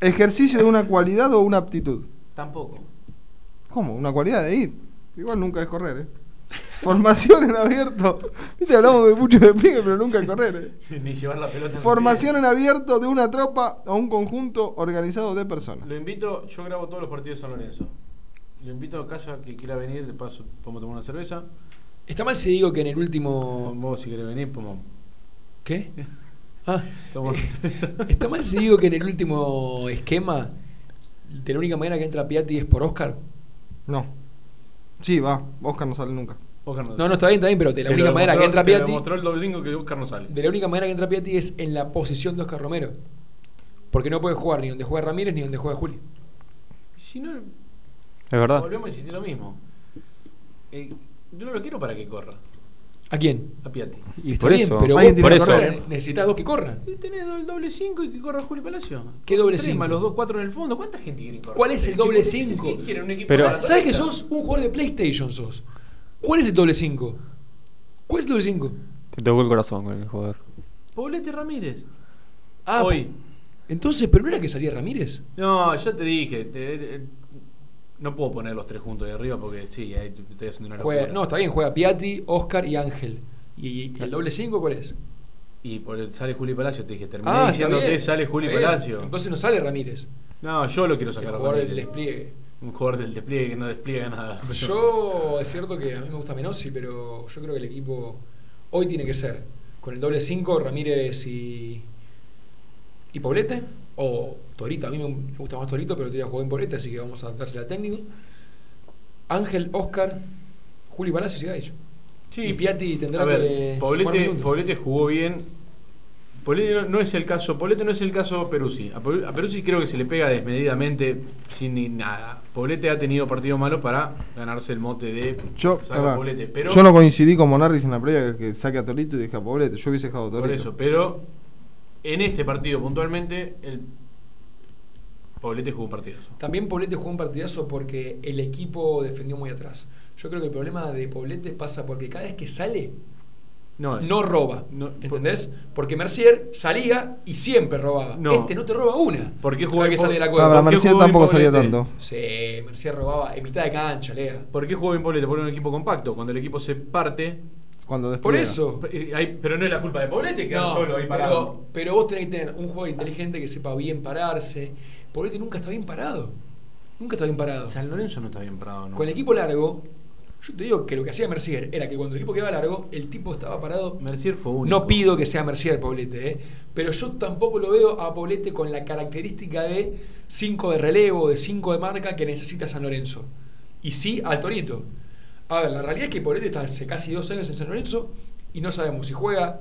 [SPEAKER 2] Ejercicio de una cualidad o una aptitud.
[SPEAKER 3] Tampoco.
[SPEAKER 2] ¿Cómo? Una cualidad de ir. Igual nunca es correr, ¿eh? Formación en abierto. Viste, hablamos de mucho despliegue, pero nunca es correr, ¿eh?
[SPEAKER 3] Ni llevar la pelota. en el
[SPEAKER 2] Formación en abierto de una tropa o un conjunto organizado de personas.
[SPEAKER 3] Lo invito, yo grabo todos los partidos de San Lorenzo. Lo invito a casa que quiera venir, de paso podemos tomar una cerveza.
[SPEAKER 4] tacto. Está mal si digo que en el último.
[SPEAKER 3] Con vos si querés venir, podemos
[SPEAKER 4] ¿Qué? Ah, eh,
[SPEAKER 3] tomar una cerveza.
[SPEAKER 4] está mal si digo que en el último esquema, de la única manera que entra Piatti es por Oscar.
[SPEAKER 2] No. Sí, va. Oscar no sale nunca.
[SPEAKER 3] Oscar
[SPEAKER 4] No, no, está bien, está bien, pero de la
[SPEAKER 3] Te lo
[SPEAKER 4] única manera que
[SPEAKER 3] demostró-
[SPEAKER 4] entra
[SPEAKER 3] te lo
[SPEAKER 4] Piatti.
[SPEAKER 3] demostró el domingo que Oscar no sale.
[SPEAKER 4] De la única manera que entra Piatti es en la posición de Oscar Romero. Porque no puede jugar ni donde juega Ramírez ni donde juega Juli.
[SPEAKER 3] Si no,
[SPEAKER 5] Es verdad.
[SPEAKER 3] volvemos a insistir lo mismo. Eh, yo no lo quiero para que corra,
[SPEAKER 4] ¿A quién?
[SPEAKER 3] a Piatti.
[SPEAKER 5] Y
[SPEAKER 4] Está
[SPEAKER 5] por
[SPEAKER 4] bien,
[SPEAKER 5] eso.
[SPEAKER 4] pero
[SPEAKER 5] Alguien
[SPEAKER 4] vos
[SPEAKER 5] tiene que
[SPEAKER 4] por
[SPEAKER 5] correr,
[SPEAKER 4] eso necesitas dos que corran.
[SPEAKER 3] Y tenés el doble 5 y que corra Juli Palacio.
[SPEAKER 4] ¿Qué doble
[SPEAKER 3] Tres
[SPEAKER 4] cinco?
[SPEAKER 3] más los dos cuatro en el fondo. ¿Cuánta gente quiere correr?
[SPEAKER 4] ¿Cuál es el doble
[SPEAKER 3] Chicos, ¿quién-
[SPEAKER 4] 5?
[SPEAKER 3] quién quiere un equipo
[SPEAKER 5] Pero-
[SPEAKER 3] para-
[SPEAKER 4] ¿Sabes que sos un jugador de PlayStation sos? ¿Cuál es el doble 5? ¿Cuál es el doble 5?
[SPEAKER 5] Te tocó el corazón con el jugador.
[SPEAKER 3] Poblete Ramírez.
[SPEAKER 4] Ah,
[SPEAKER 3] Hoy.
[SPEAKER 4] entonces, pero no era que salía Ramírez.
[SPEAKER 3] No, ya te dije. te- eh, no puedo poner los tres juntos de arriba porque sí, ahí te- te estoy haciendo una
[SPEAKER 4] Juega-
[SPEAKER 3] locura.
[SPEAKER 4] no, está bien, juega Piatti, Oscar y Ángel. ¿Y, y- y el doble 5 cuál es?
[SPEAKER 3] Y por el- sale Juli Palacio, te dije, terminé
[SPEAKER 4] Ah, está
[SPEAKER 3] diciéndote,
[SPEAKER 4] bien,
[SPEAKER 3] sale Juli
[SPEAKER 4] está bien.
[SPEAKER 3] Palacio.
[SPEAKER 4] Entonces no sale Ramírez,
[SPEAKER 3] no, yo lo quiero
[SPEAKER 4] el
[SPEAKER 3] sacar a
[SPEAKER 4] jugador del
[SPEAKER 3] Ramírez.
[SPEAKER 4] despliegue.
[SPEAKER 3] Un jugador del despliegue que no despliega nada.
[SPEAKER 4] Yo, es cierto que a mí me gusta Menossi, pero yo creo que el equipo hoy tiene que ser con el doble 5, Ramírez y, y Poblete, o Torito. A mí me gusta más Torito, pero tiene jugó en Poblete, así que vamos a adaptarse al técnico. Ángel, Oscar, Juli Palacios y Gaich.
[SPEAKER 3] Sí,
[SPEAKER 4] y Piatti tendrá
[SPEAKER 3] a ver,
[SPEAKER 4] que. sumar
[SPEAKER 3] Poblete,
[SPEAKER 4] minutos.
[SPEAKER 3] Poblete jugó bien. Poblete no, no es el caso, Poblete no es el caso Peruzzi. A, Pol- a Peruzzi creo que se le pega desmedidamente sin ni nada. Poblete ha tenido partidos malos para ganarse el mote de
[SPEAKER 2] Yo,
[SPEAKER 3] saca
[SPEAKER 2] pará,
[SPEAKER 3] Poblete, pero
[SPEAKER 2] yo no coincidí con Monarris en la previa que, que saque a Torito y dije a Poblete. Yo hubiese dejado a Torito.
[SPEAKER 3] por eso, pero en este partido puntualmente el Poblete jugó un partidazo.
[SPEAKER 4] También Poblete jugó un partidazo porque el equipo defendió muy atrás. Yo creo que el problema de Poblete pasa porque cada vez que sale,
[SPEAKER 3] No, eh,
[SPEAKER 4] no roba.
[SPEAKER 3] no,
[SPEAKER 4] ¿Entendés? Porque Mercier salía y siempre robaba.
[SPEAKER 3] No.
[SPEAKER 4] Este no te roba una.
[SPEAKER 3] ¿Por qué
[SPEAKER 4] Cada
[SPEAKER 3] jugó
[SPEAKER 4] que
[SPEAKER 3] en
[SPEAKER 4] sale
[SPEAKER 3] Pol-
[SPEAKER 4] de la
[SPEAKER 2] Ah,
[SPEAKER 4] cueva.
[SPEAKER 2] pero
[SPEAKER 3] ¿por qué
[SPEAKER 2] Mercier
[SPEAKER 3] jugó bien
[SPEAKER 2] tampoco salía
[SPEAKER 3] Poblete?
[SPEAKER 2] tanto.
[SPEAKER 4] Sí, Mercier Eh, robaba en mitad de cancha, Lea.
[SPEAKER 3] ¿Por qué jugó bien Poblete? Por un equipo compacto. Cuando el equipo se parte,
[SPEAKER 2] Cuando
[SPEAKER 4] Por
[SPEAKER 2] despliega.
[SPEAKER 4] eso.
[SPEAKER 3] eh, hay- pero no es la culpa de Poblete quedar
[SPEAKER 4] No,
[SPEAKER 3] solo ahí parado.
[SPEAKER 4] pero, pero vos tenés que tener un jugador inteligente que sepa bien pararse. Poblete nunca está bien parado. Nunca está bien parado.
[SPEAKER 3] San Lorenzo no está bien parado, ¿no?
[SPEAKER 4] Con el equipo largo, yo te digo que lo que hacía Mercier era que cuando el equipo quedaba largo, el tipo estaba parado.
[SPEAKER 3] Mercier fue uno.
[SPEAKER 4] No pido que sea Mercier Poblete, ¿eh? pero yo tampoco lo veo a Poblete con la característica de 5 de relevo, de 5 de marca que necesita San Lorenzo. Y sí al Torito. A ver, la realidad es que Poblete está hace casi dos años en San Lorenzo y no sabemos si juega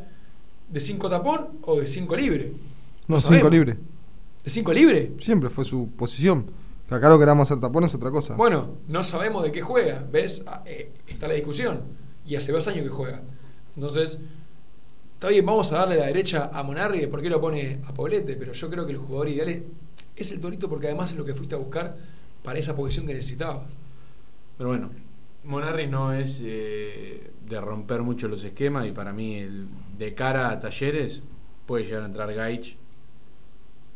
[SPEAKER 4] de 5 tapón o de 5 libre.
[SPEAKER 2] No,
[SPEAKER 4] No
[SPEAKER 2] 5
[SPEAKER 4] sabemos.
[SPEAKER 2] libre.
[SPEAKER 4] ¿De 5 libre?
[SPEAKER 2] Siempre fue su posición. Que acá lo queramos hacer tapón es otra cosa.
[SPEAKER 4] Bueno, no sabemos de qué juega, ¿ves? Ah, eh, está la discusión. Y hace dos años que juega. Entonces, está bien, vamos a darle la derecha a Monarri de por qué lo pone a Poblete, pero yo creo que el jugador ideal es, es el Torito porque además es lo que fuiste a buscar para esa posición que necesitabas.
[SPEAKER 3] Pero bueno, Monarri no es eh, de romper mucho los esquemas y para mí el- de cara a Talleres puede llegar a entrar Gaich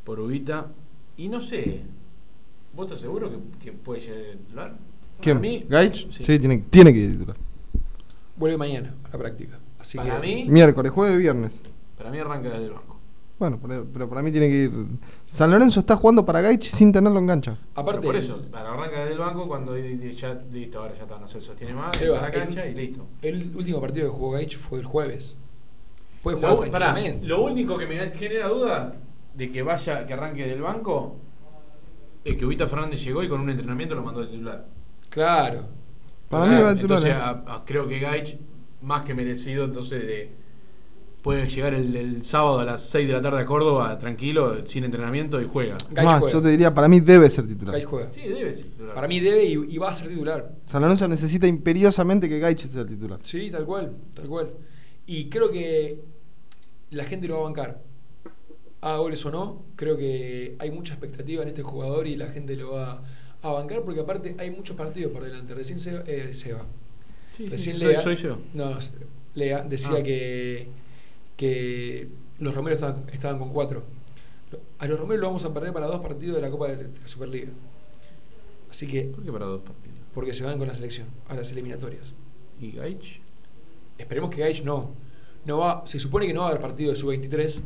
[SPEAKER 3] por Ubita y no sé, ¿vos estás seguro que, que puede llegar a titular?
[SPEAKER 2] ¿Quién?
[SPEAKER 3] Para mí,
[SPEAKER 2] ¿Gaich?
[SPEAKER 3] Sí.
[SPEAKER 2] Sí, tiene, tiene que ir titular.
[SPEAKER 4] Vuelve mañana a la práctica. Así
[SPEAKER 3] Para
[SPEAKER 4] que,
[SPEAKER 3] mí-
[SPEAKER 2] Miércoles, jueves, viernes.
[SPEAKER 3] Para mí arranca desde el banco.
[SPEAKER 2] Bueno, pero, pero para mí tiene que ir. San Lorenzo está jugando para Gaich sin tenerlo en cancha.
[SPEAKER 4] Aparte,
[SPEAKER 3] por eso, para arranca desde el banco cuando di- di- ya listo, ahora ya está, no se sostiene más,
[SPEAKER 4] Seba,
[SPEAKER 3] entra a la
[SPEAKER 4] el-
[SPEAKER 3] cancha y listo.
[SPEAKER 4] el último partido que jugó Gaich fue el jueves. Puede jugar
[SPEAKER 3] Lo, pará,
[SPEAKER 4] tranquilamente.
[SPEAKER 3] lo único que me da- genera duda de que vaya, que arranque del banco, es que Ubita Fernández llegó y con un entrenamiento lo mandó de titular.
[SPEAKER 4] Claro.
[SPEAKER 2] Para
[SPEAKER 3] O
[SPEAKER 2] mí
[SPEAKER 3] sea,
[SPEAKER 2] va de titular,
[SPEAKER 3] Entonces,
[SPEAKER 2] eh.
[SPEAKER 3] a- a- creo que Gaich, más que merecido, entonces de- puede llegar el, el sábado a las 6 de la tarde a Córdoba, tranquilo, sin entrenamiento y juega.
[SPEAKER 2] Más, yo te diría, para mí debe ser titular.
[SPEAKER 4] Gaich juega.
[SPEAKER 3] Sí, debe ser titular.
[SPEAKER 4] Para mí debe y, y va a ser titular.
[SPEAKER 2] San Lorenzo necesita imperiosamente que Gaich sea el titular.
[SPEAKER 4] Sí, tal cual, tal cual. Y creo que la gente lo va a bancar. Haga goles o no, creo que hay mucha expectativa en este jugador y la gente lo va a bancar porque aparte hay muchos partidos por delante. Recién Seba, eh, Seba.
[SPEAKER 3] Sí, sí,
[SPEAKER 4] Recién
[SPEAKER 3] soy-
[SPEAKER 4] Lea,
[SPEAKER 3] soy yo.
[SPEAKER 4] No, no, Seba. Lea decía
[SPEAKER 3] Ah.
[SPEAKER 2] eh,
[SPEAKER 4] que, que los Romero estaban, estaban con cuatro. Lo- A los Romero lo vamos a perder para dos partidos de la Copa de de la Superliga. Así que,
[SPEAKER 3] ¿Por qué para dos partidos?
[SPEAKER 4] porque se van con la selección, a las eliminatorias.
[SPEAKER 3] ¿Y Gaich?
[SPEAKER 4] Esperemos que Gaich no. no va, se supone que no va a haber partido de sub-23.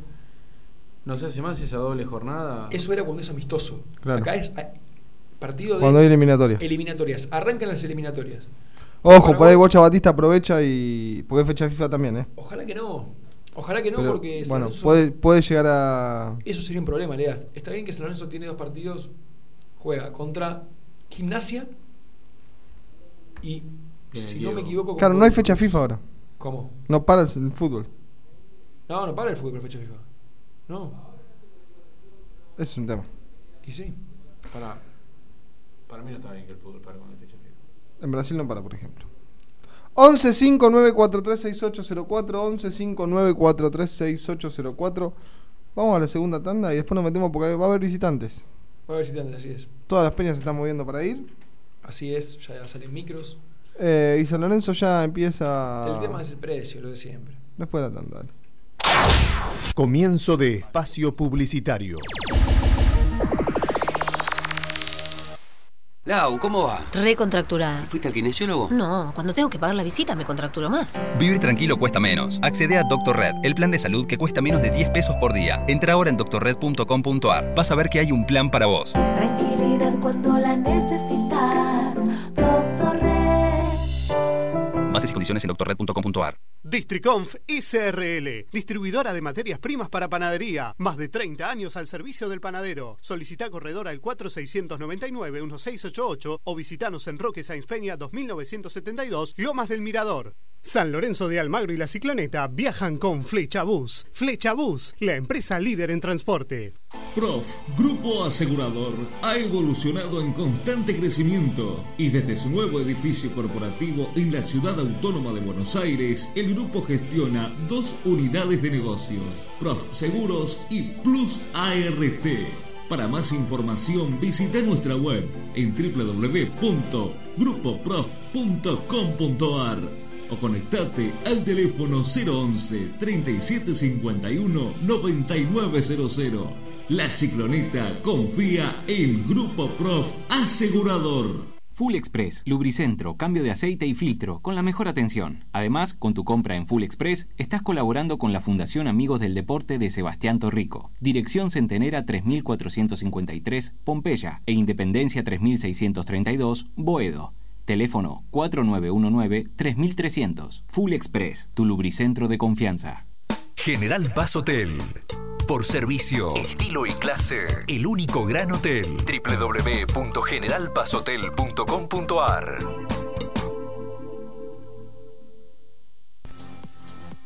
[SPEAKER 3] ¿No se hace más esa doble jornada?
[SPEAKER 4] Eso era cuando es amistoso.
[SPEAKER 2] Claro.
[SPEAKER 4] Acá es a- partido de.
[SPEAKER 2] Cuando hay eliminatorias.
[SPEAKER 4] Eliminatorias. Arrancan las eliminatorias.
[SPEAKER 2] Ojo, por ahí Bocha Batista aprovecha y. Porque es fecha FIFA también, ¿eh?
[SPEAKER 4] Ojalá que no. Ojalá que no,
[SPEAKER 2] Pero,
[SPEAKER 4] porque San
[SPEAKER 2] bueno,
[SPEAKER 4] Lorenzo-
[SPEAKER 2] puede, puede llegar a.
[SPEAKER 4] eso sería un problema, Lea. Está bien que San Lorenzo tiene dos partidos. Juega contra Gimnasia y, si no me equivoco. con
[SPEAKER 2] Claro, no hay
[SPEAKER 4] Boca.
[SPEAKER 2] fecha FIFA ahora.
[SPEAKER 4] ¿Cómo?
[SPEAKER 2] No para el, el fútbol.
[SPEAKER 4] No, no para el fútbol, por fecha FIFA. No,
[SPEAKER 2] Ese es un tema.
[SPEAKER 4] y sí.
[SPEAKER 3] Para, para mí no está bien que el fútbol para con este el fecha FIFA.
[SPEAKER 2] En Brasil no para, por ejemplo. 11 1159436804 1159436804 Vamos a la segunda tanda y después nos metemos porque va a haber visitantes.
[SPEAKER 4] Va a ver si te andas, así es.
[SPEAKER 2] Todas las peñas se están moviendo para ir.
[SPEAKER 4] Así es, ya salen micros.
[SPEAKER 2] Eh, y San Lorenzo ya empieza.
[SPEAKER 4] El tema es el precio, lo de siempre.
[SPEAKER 2] Después de la tanda. dale.
[SPEAKER 14] Comienzo de espacio publicitario.
[SPEAKER 16] Lau, ¿cómo va?
[SPEAKER 8] Recontracturada.
[SPEAKER 16] ¿Fuiste al kinesiólogo?
[SPEAKER 8] No, cuando tengo que pagar la visita me contracturo más.
[SPEAKER 9] Vivir tranquilo cuesta menos. Accede a Doctor Red, el plan de salud que cuesta menos de 10 pesos por día. Entra ahora en doctorred.com.ar. Vas a ver que hay un plan para vos.
[SPEAKER 17] Tranquilidad cuando la necesitas, Doctor Red.
[SPEAKER 9] Bases y condiciones en doctorred.com.ar.
[SPEAKER 11] Districonf SRL, distribuidora de materias primas para panadería, más de 30 años al servicio del panadero. Solicita corredor al 4699-1688 o visitanos en Roque Sáenz Peña 2972, Lomas del Mirador. San Lorenzo de Almagro y la Cicloneta viajan con Flecha Bus. Flecha Bus, la empresa líder en transporte.
[SPEAKER 12] Prof, Grupo Asegurador, ha evolucionado en constante crecimiento y desde su nuevo edificio corporativo en la ciudad autónoma de Buenos Aires, el grupo gestiona dos unidades de negocios, Prof Seguros y Plus ART. Para más información visita nuestra web en www.grupoprof.com.ar o conectate al teléfono 011 3751 9900. La cicloneta confía en Grupo Prof Asegurador.
[SPEAKER 7] Full Express, lubricentro, cambio de aceite y filtro, con la mejor atención. Además, con tu compra en Full Express, estás colaborando con la Fundación Amigos del Deporte de Sebastián Torrico. Dirección Centenera 3453, Pompeya, e Independencia 3632, Boedo. Teléfono 4919-3300. Full Express, tu lubricentro de confianza.
[SPEAKER 6] General Paz Hotel. Por servicio, estilo y clase. El único gran hotel. www.generalpazhotel.com.ar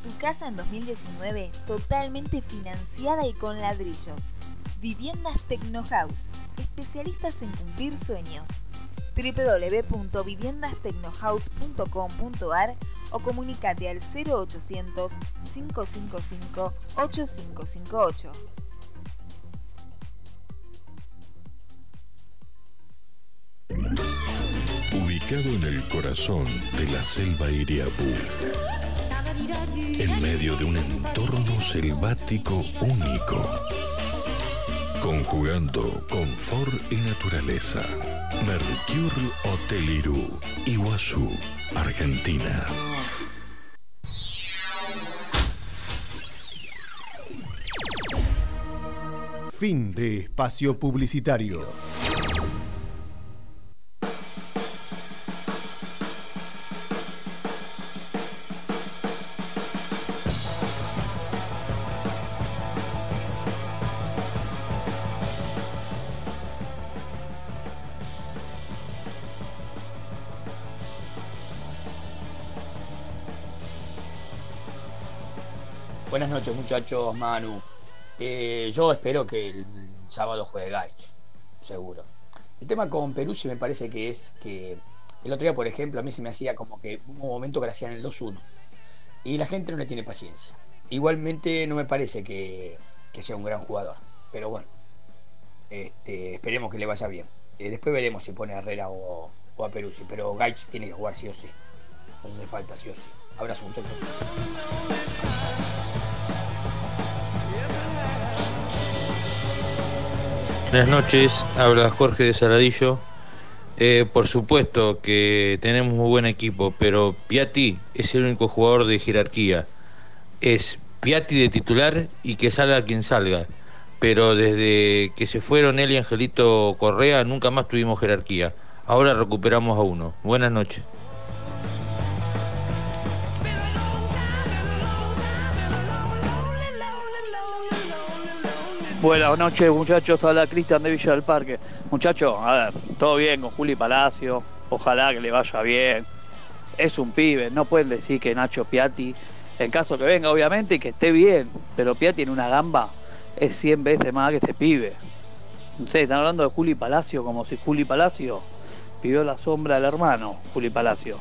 [SPEAKER 10] Tu casa en 2019 totalmente financiada y con ladrillos. Viviendas Tecno House, especialistas en cumplir sueños. www.viviendastecnohouse.com.ar o comunicate al 0800 555 8558.
[SPEAKER 13] Ubicado en el corazón de la selva Iriapú, en medio de un entorno selvático único, conjugando confort y naturaleza. Mercure Hotel Irú, Iguazú, Argentina.
[SPEAKER 14] Fin de espacio publicitario.
[SPEAKER 16] Buenas noches, muchachos, Manu. Eh, yo espero que el sábado juegue Gaich, seguro. El tema con Peruzzi me parece que es que el otro día, por ejemplo, a mí se me hacía como que hubo un momento que le hacían el 2-1 y la gente no le tiene paciencia. Igualmente, no me parece que, que sea un gran jugador, pero bueno, este, esperemos que le vaya bien. Eh, después veremos si pone a Herrera o, o a Peruzzi, pero Gaich tiene que jugar sí o sí. No hace falta, sí o sí. Abrazo, muchachos.
[SPEAKER 18] Buenas noches, habla Jorge de Saladillo. Eh, por supuesto que tenemos muy buen equipo, pero Piatti es el único jugador de jerarquía. Es Piatti de titular y que salga quien salga. Pero desde que se fueron él y Angelito Correa nunca más tuvimos jerarquía. Ahora recuperamos a uno. Buenas noches.
[SPEAKER 19] Buenas noches, muchachos. Habla Cristian de Villa del Parque. Muchachos, a ver, todo bien con Juli Palacio. Ojalá que le vaya bien. Es un pibe, no pueden decir que Nacho Piatti, en caso que venga, obviamente, y que esté bien, pero Piatti en una gamba es 100 veces más que este pibe. No sé, están hablando de Juli Palacio como si Juli Palacio pidió la sombra del hermano, Juli Palacio.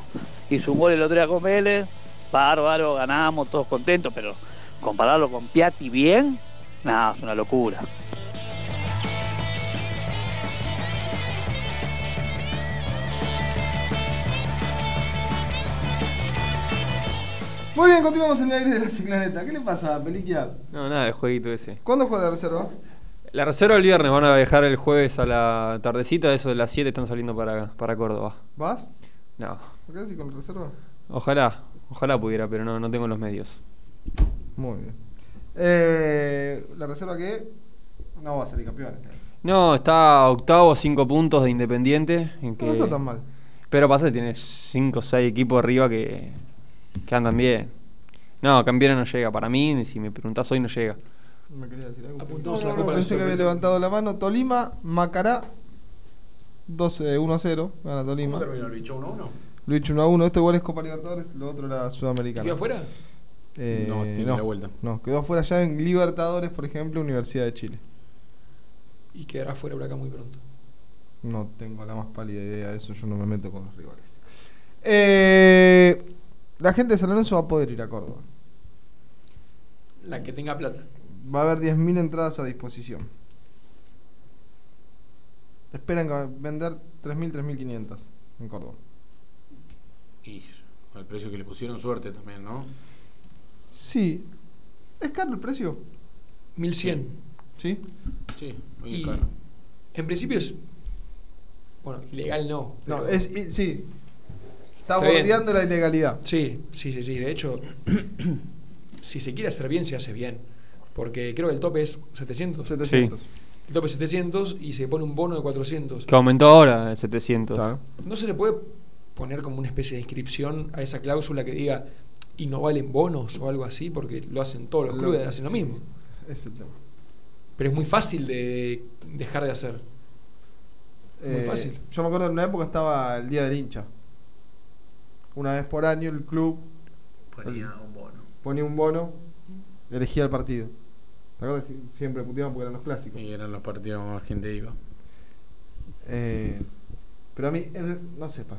[SPEAKER 19] Hizo un gol el otro día con Vélez, bárbaro, ganamos, todos contentos, pero compararlo con Piatti bien, nada, es una locura.
[SPEAKER 2] Muy bien, continuamos en el aire de la ciclaneta. ¿Qué le pasa, Peliquia?
[SPEAKER 5] No, nada, el jueguito ese.
[SPEAKER 2] ¿Cuándo juega la reserva?
[SPEAKER 5] La reserva el viernes, van a viajar el jueves a la tardecita, eso de las 7 están saliendo para, para Córdoba.
[SPEAKER 2] ¿Vas?
[SPEAKER 5] No,
[SPEAKER 2] ¿Por qué así con la reserva?
[SPEAKER 5] ojalá, ojalá pudiera, pero no, no tengo los medios.
[SPEAKER 2] Muy bien. Eh, la reserva que no va a salir campeón.
[SPEAKER 5] No, está octavo, 5 puntos de Independiente. en que-
[SPEAKER 2] No está tan mal.
[SPEAKER 5] Pero pasa que tiene 5 o 6 equipos arriba que, que andan bien. No, Cambiera no llega. Para mí, si me preguntás hoy, no llega.
[SPEAKER 2] Me quería decir algo.
[SPEAKER 4] Apuntamos
[SPEAKER 2] No,
[SPEAKER 4] a la
[SPEAKER 2] no,
[SPEAKER 4] Copa
[SPEAKER 2] no,
[SPEAKER 4] del
[SPEAKER 2] pensé que había
[SPEAKER 4] Supercampeón.
[SPEAKER 2] levantado la mano. Tolima, Macará, 12, 1 a 0. Gana Tolima.
[SPEAKER 3] terminó el bicho 1-1?
[SPEAKER 2] Luis 1 a 1. Este gol es Copa Libertadores, lo otro era Sudamericana.
[SPEAKER 4] ¿Quedó afuera?
[SPEAKER 2] Eh,
[SPEAKER 3] No, tiene
[SPEAKER 2] no,
[SPEAKER 3] la vuelta.
[SPEAKER 2] No, quedó afuera ya en Libertadores, por ejemplo, Universidad de Chile.
[SPEAKER 4] Y quedará fuera Huracán muy pronto.
[SPEAKER 2] No tengo la más pálida idea de eso, yo no me meto con los rivales. Eh, la gente de San Lorenzo va a poder ir a Córdoba.
[SPEAKER 4] La que tenga plata.
[SPEAKER 2] Va a haber 10.000 entradas a disposición. Esperan ca- vender 3.000, 3.500 en Córdoba.
[SPEAKER 3] Y al precio que le pusieron suerte también, ¿no?
[SPEAKER 2] Sí. ¿Es caro el precio?
[SPEAKER 4] 1100.
[SPEAKER 2] ¿Sí?
[SPEAKER 3] Sí, muy
[SPEAKER 4] Y
[SPEAKER 3] caro.
[SPEAKER 4] en principio es Bueno, ilegal no.
[SPEAKER 2] No,
[SPEAKER 4] pero-
[SPEAKER 2] es, i- sí. Está,
[SPEAKER 4] Está bien.
[SPEAKER 2] bordeando la ilegalidad.
[SPEAKER 4] Sí, sí, sí, sí. De hecho, si se quiere hacer bien, se hace bien. Porque creo que el tope es 700.
[SPEAKER 5] 700.
[SPEAKER 4] El tope es 700 y se pone un bono de 400.
[SPEAKER 5] Que aumentó ahora el 700.
[SPEAKER 4] ¿No se le puede poner como una especie de inscripción a esa cláusula que diga y no valen bonos o algo así? Porque lo hacen todos los
[SPEAKER 2] Lo-
[SPEAKER 4] clubes, hacen lo
[SPEAKER 2] sí.
[SPEAKER 4] mismo.
[SPEAKER 2] Es el tema.
[SPEAKER 4] Pero es muy fácil de dejar de hacer. Muy
[SPEAKER 2] Eh,
[SPEAKER 4] fácil.
[SPEAKER 2] Yo me acuerdo en una época estaba el Día del Hincha. Una vez por año el club
[SPEAKER 3] Ponía un bono.
[SPEAKER 2] ponía un bono, elegía el partido. ¿Te acuerdas? Sie- Siempre puteaban porque eran los clásicos.
[SPEAKER 3] Y eran los partidos más gente iba.
[SPEAKER 2] Eh, pero a mí, en- no sé, pa,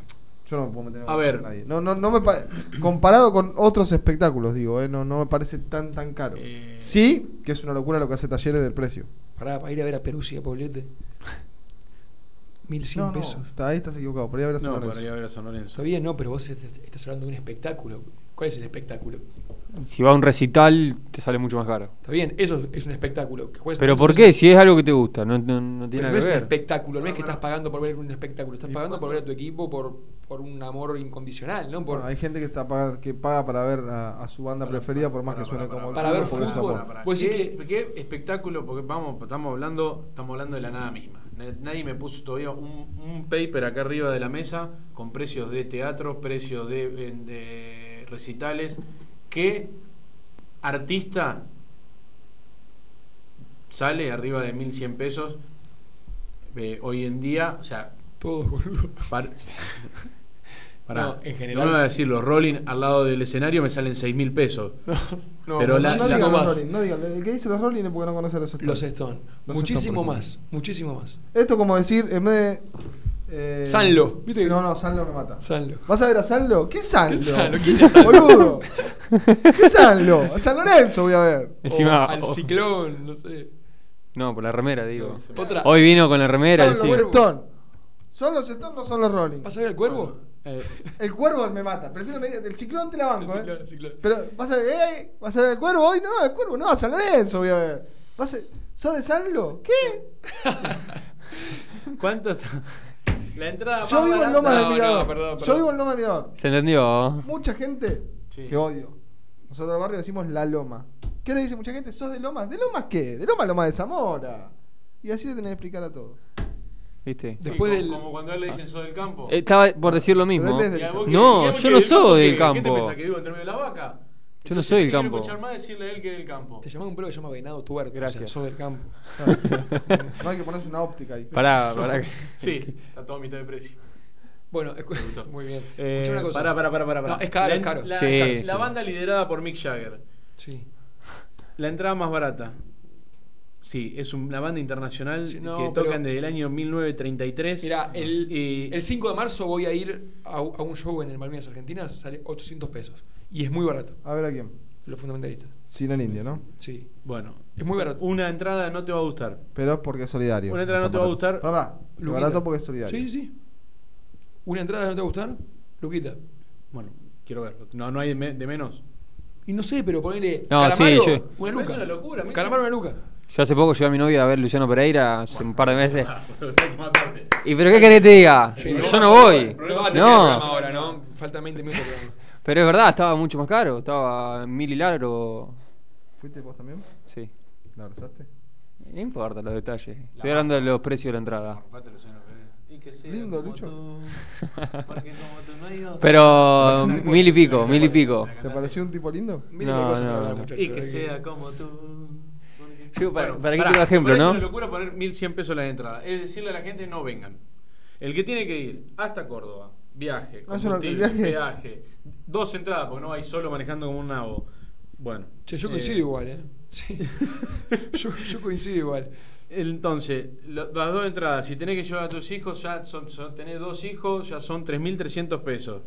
[SPEAKER 2] yo no me puedo meter en
[SPEAKER 3] A
[SPEAKER 2] un-
[SPEAKER 3] ver.
[SPEAKER 2] nadie. No, no, no me pa- comparado con otros espectáculos, digo, eh, no, no me parece tan tan caro.
[SPEAKER 4] Eh.
[SPEAKER 2] Sí, que es una locura lo que hace Talleres del precio.
[SPEAKER 4] Para, para ir a ver a Peruzzi y a Poblete. 1100
[SPEAKER 2] No, no,
[SPEAKER 4] pesos.
[SPEAKER 2] está- ahí estás equivocado, por ahí habrá San
[SPEAKER 3] No,
[SPEAKER 2] Lorenzo.
[SPEAKER 3] para ir a ver a San Lorenzo.
[SPEAKER 4] Está bien, no, pero vos est- est- estás hablando de un espectáculo. ¿Cuál es el espectáculo?
[SPEAKER 5] Si va a un recital, te sale mucho más caro.
[SPEAKER 4] Está bien, eso es un espectáculo. que juegues-
[SPEAKER 5] Pero
[SPEAKER 4] no
[SPEAKER 5] ¿por
[SPEAKER 4] es-
[SPEAKER 5] qué? Si es algo que te gusta, no, no- no tiene
[SPEAKER 4] pero
[SPEAKER 5] nada
[SPEAKER 4] no
[SPEAKER 5] que
[SPEAKER 4] es un
[SPEAKER 5] ver.
[SPEAKER 4] espectáculo, no
[SPEAKER 3] Ah,
[SPEAKER 4] es que estás pagando por ver un espectáculo, estás pagando por ver a tu equipo por, por un amor incondicional, ¿no? Por,
[SPEAKER 2] Bueno, hay gente que está paga- que paga para ver a, a su banda preferida por más que suene como el
[SPEAKER 4] para
[SPEAKER 2] culo,
[SPEAKER 4] ver
[SPEAKER 2] porque es su
[SPEAKER 4] fútbol,
[SPEAKER 2] amor.
[SPEAKER 4] para-
[SPEAKER 3] Pues
[SPEAKER 4] Pues sí
[SPEAKER 3] ¿Qué, qué espectáculo, porque vamos, estamos hablando, estamos hablando de la nada misma. Na- Nadie me puso todavía un, un paper acá arriba de la mesa con precios de teatro, precios de, en- de recitales. ¿Qué artista sale arriba de 1100 pesos eh, hoy en día? O sea,
[SPEAKER 4] todos, boludo.
[SPEAKER 3] Par- Pará,
[SPEAKER 4] No, en general-
[SPEAKER 3] No me va a decir, los Rolling al lado del escenario me salen 6 mil pesos.
[SPEAKER 4] no,
[SPEAKER 3] Pero
[SPEAKER 4] no,
[SPEAKER 3] la,
[SPEAKER 2] No
[SPEAKER 3] la-
[SPEAKER 2] digan los Rolling, no digan. El que dice los Rolling es porque no conoce a los Stones.
[SPEAKER 4] Los Stone.
[SPEAKER 2] Los
[SPEAKER 4] muchísimo
[SPEAKER 2] Stones, por
[SPEAKER 4] más, muchísimo más.
[SPEAKER 2] ejemplo. Esto como decir, en vez de... eh,
[SPEAKER 4] Sanlo, ¿viste?
[SPEAKER 2] sí, No, no, Sanlo me mata.
[SPEAKER 4] Sanlo.
[SPEAKER 2] ¿Vas a ver a Sanlo? ¿Qué Sanlo?
[SPEAKER 4] ¿Qué Sanlo? ¿Quién es Sanlo?
[SPEAKER 2] Boludo. ¿Qué Sanlo? A San Lorenzo voy a ver.
[SPEAKER 5] Encima- oh.
[SPEAKER 4] o al
[SPEAKER 5] o-
[SPEAKER 4] ciclón, no sé.
[SPEAKER 5] No, por la remera, digo.
[SPEAKER 4] Otra-
[SPEAKER 5] Hoy vino con la remera.
[SPEAKER 2] Son los
[SPEAKER 5] encima.
[SPEAKER 2] Stones. ¿Son los Stones no son los Rolling? Eh,
[SPEAKER 4] ¿Vas a ver el cuervo?
[SPEAKER 2] El cuervo me mata. Prefiero media- El ciclón te la banco,
[SPEAKER 4] El ciclón,
[SPEAKER 2] ¿eh?
[SPEAKER 4] el ciclón.
[SPEAKER 2] Pero, ¿vas a ver, eh, ¿Vas a ver el cuervo hoy? No, el cuervo no, a San Lorenzo voy a ver. ¿Vas a- ¿Sos de Sanlo? ¿Qué?
[SPEAKER 3] ¿Cuánto está? La entrada
[SPEAKER 2] Yo vivo en Loma del
[SPEAKER 4] No, no,
[SPEAKER 2] Mirador.
[SPEAKER 4] perdón,
[SPEAKER 2] Yo
[SPEAKER 4] perdón.
[SPEAKER 2] vivo en Loma del Mirador.
[SPEAKER 5] ¿Se entendió?
[SPEAKER 2] Mucha gente
[SPEAKER 3] Sí.
[SPEAKER 2] que odio. Nosotros al barrio decimos la loma. ¿Qué le dice mucha gente? ¿Sos de Lomas? ¿De Lomas qué? ¿De Loma Loma de Zamora? Y así le tenés que explicar a todos.
[SPEAKER 5] ¿Viste?
[SPEAKER 4] Después
[SPEAKER 3] como,
[SPEAKER 4] del-
[SPEAKER 3] como cuando a él le dicen sos del campo.
[SPEAKER 5] Estaba por decir lo mismo.
[SPEAKER 2] Pero él es del
[SPEAKER 3] Y a vos que- y a
[SPEAKER 5] No,
[SPEAKER 3] vos
[SPEAKER 5] yo
[SPEAKER 3] que-
[SPEAKER 5] no
[SPEAKER 3] ¿vos
[SPEAKER 5] soy
[SPEAKER 3] qué-
[SPEAKER 5] del
[SPEAKER 3] ¿Qué te
[SPEAKER 5] campo.
[SPEAKER 3] pensás que vivo en Terminal de la vaca?
[SPEAKER 5] Yo no soy del
[SPEAKER 3] Quiero
[SPEAKER 5] campo.
[SPEAKER 3] escuchar más decirle a él que es del campo.
[SPEAKER 4] Te llamaba un perro que se llama Venado Tuerto.
[SPEAKER 5] Gracias.
[SPEAKER 4] o sea, sos del campo.
[SPEAKER 2] No hay que ponerse una óptica ahí.
[SPEAKER 5] Pará, pará. que-
[SPEAKER 3] Sí, está todo a mitad de precio.
[SPEAKER 4] Bueno, escu- muy bien.
[SPEAKER 3] Eh,
[SPEAKER 4] Escuchame una cosa.
[SPEAKER 3] Pará, pará, pará, pará.
[SPEAKER 4] No, es caro,
[SPEAKER 3] la,
[SPEAKER 4] es caro.
[SPEAKER 3] La,
[SPEAKER 5] Sí,
[SPEAKER 3] la
[SPEAKER 5] sí.
[SPEAKER 3] banda liderada por Mick Jagger.
[SPEAKER 4] Sí.
[SPEAKER 3] La entrada más barata. Sí, es un- una banda internacional
[SPEAKER 4] Sí, no,
[SPEAKER 3] que
[SPEAKER 4] pero-
[SPEAKER 3] tocan desde el año 1933.
[SPEAKER 4] Mira, el,
[SPEAKER 3] Y-
[SPEAKER 4] el 5 de marzo voy a ir a, u- a un show en el Malvinas Argentinas, sale 800 pesos. Y es muy barato,
[SPEAKER 2] A ver a quién.
[SPEAKER 4] los fundamentalistas.
[SPEAKER 2] Sin en India, ¿no?
[SPEAKER 4] Sí.
[SPEAKER 3] Bueno,
[SPEAKER 4] Es muy barato.
[SPEAKER 3] una entrada no te va a gustar.
[SPEAKER 2] Pero es porque es solidario.
[SPEAKER 3] Una entrada no
[SPEAKER 2] Está
[SPEAKER 3] te va a
[SPEAKER 2] barato.
[SPEAKER 3] gustar.
[SPEAKER 2] Pará, pará. Lo
[SPEAKER 4] Luquita.
[SPEAKER 2] barato porque es solidario.
[SPEAKER 4] Sí, sí. ¿Una entrada no te va a gustar? Luquita.
[SPEAKER 3] Bueno, quiero ver. No, no hay de, me- de menos.
[SPEAKER 4] Y no sé, pero ponele.
[SPEAKER 5] No, sí, yo-
[SPEAKER 4] calamaro, Una
[SPEAKER 3] Me parece
[SPEAKER 4] luca.
[SPEAKER 3] una locura, a mí
[SPEAKER 4] Calamaro,
[SPEAKER 3] se-
[SPEAKER 4] una luca.
[SPEAKER 5] Yo hace poco llevé a mi novia a ver Luciano Pereira, hace un par de meses.
[SPEAKER 3] Ah, boludo, hay que matarte.
[SPEAKER 5] ¿Y pero qué querés que te diga? Yo no voy.
[SPEAKER 4] No, va a tener programa
[SPEAKER 5] No.
[SPEAKER 4] ahora, ¿no? Faltan 20 minutos. de programa.
[SPEAKER 5] Pero es verdad, estaba mucho más caro. Estaba en mil y largo.
[SPEAKER 2] ¿Fuiste vos también?
[SPEAKER 5] Sí.
[SPEAKER 2] ¿La abrazaste?
[SPEAKER 5] No importa los detalles. Estoy hablando de los precios de la entrada.
[SPEAKER 3] Aparte, Luciano Pereira. Y que sea
[SPEAKER 2] Lindo,
[SPEAKER 3] como
[SPEAKER 2] Lucho.
[SPEAKER 3] tú, porque como tú no hay otro.
[SPEAKER 5] Pero
[SPEAKER 2] Se parece-
[SPEAKER 5] mil y pico, mil y pico.
[SPEAKER 2] ¿Te pareció un tipo lindo?
[SPEAKER 4] Miren
[SPEAKER 5] No,
[SPEAKER 4] qué cosa
[SPEAKER 5] no,
[SPEAKER 4] para hablar,
[SPEAKER 5] no.
[SPEAKER 4] muchachos.
[SPEAKER 3] Y que
[SPEAKER 4] ¿eh?
[SPEAKER 3] sea como tú. porque-
[SPEAKER 5] Yo, para-
[SPEAKER 3] Bueno,
[SPEAKER 5] para qué
[SPEAKER 3] pará,
[SPEAKER 5] quiero ejemplo,
[SPEAKER 3] me parece
[SPEAKER 5] ¿no?
[SPEAKER 3] una locura poner 1100 pesos la entrada. Es decirle a la gente no vengan. El que tiene que ir hasta Córdoba, viaje,
[SPEAKER 2] No, es una- Ah, el
[SPEAKER 3] combustible,
[SPEAKER 2] viaje-
[SPEAKER 3] peaje, dos entradas, porque no hay solo manejando como un nabo. Bueno.
[SPEAKER 4] Che, yo
[SPEAKER 3] eh,
[SPEAKER 4] coincido igual, ¿eh? Sí. yo, yo coincido igual.
[SPEAKER 3] Entonces, lo- las dos entradas, si tenés que llevar a tus hijos, ya son, son- tenés dos hijos, ya son 3.300 pesos.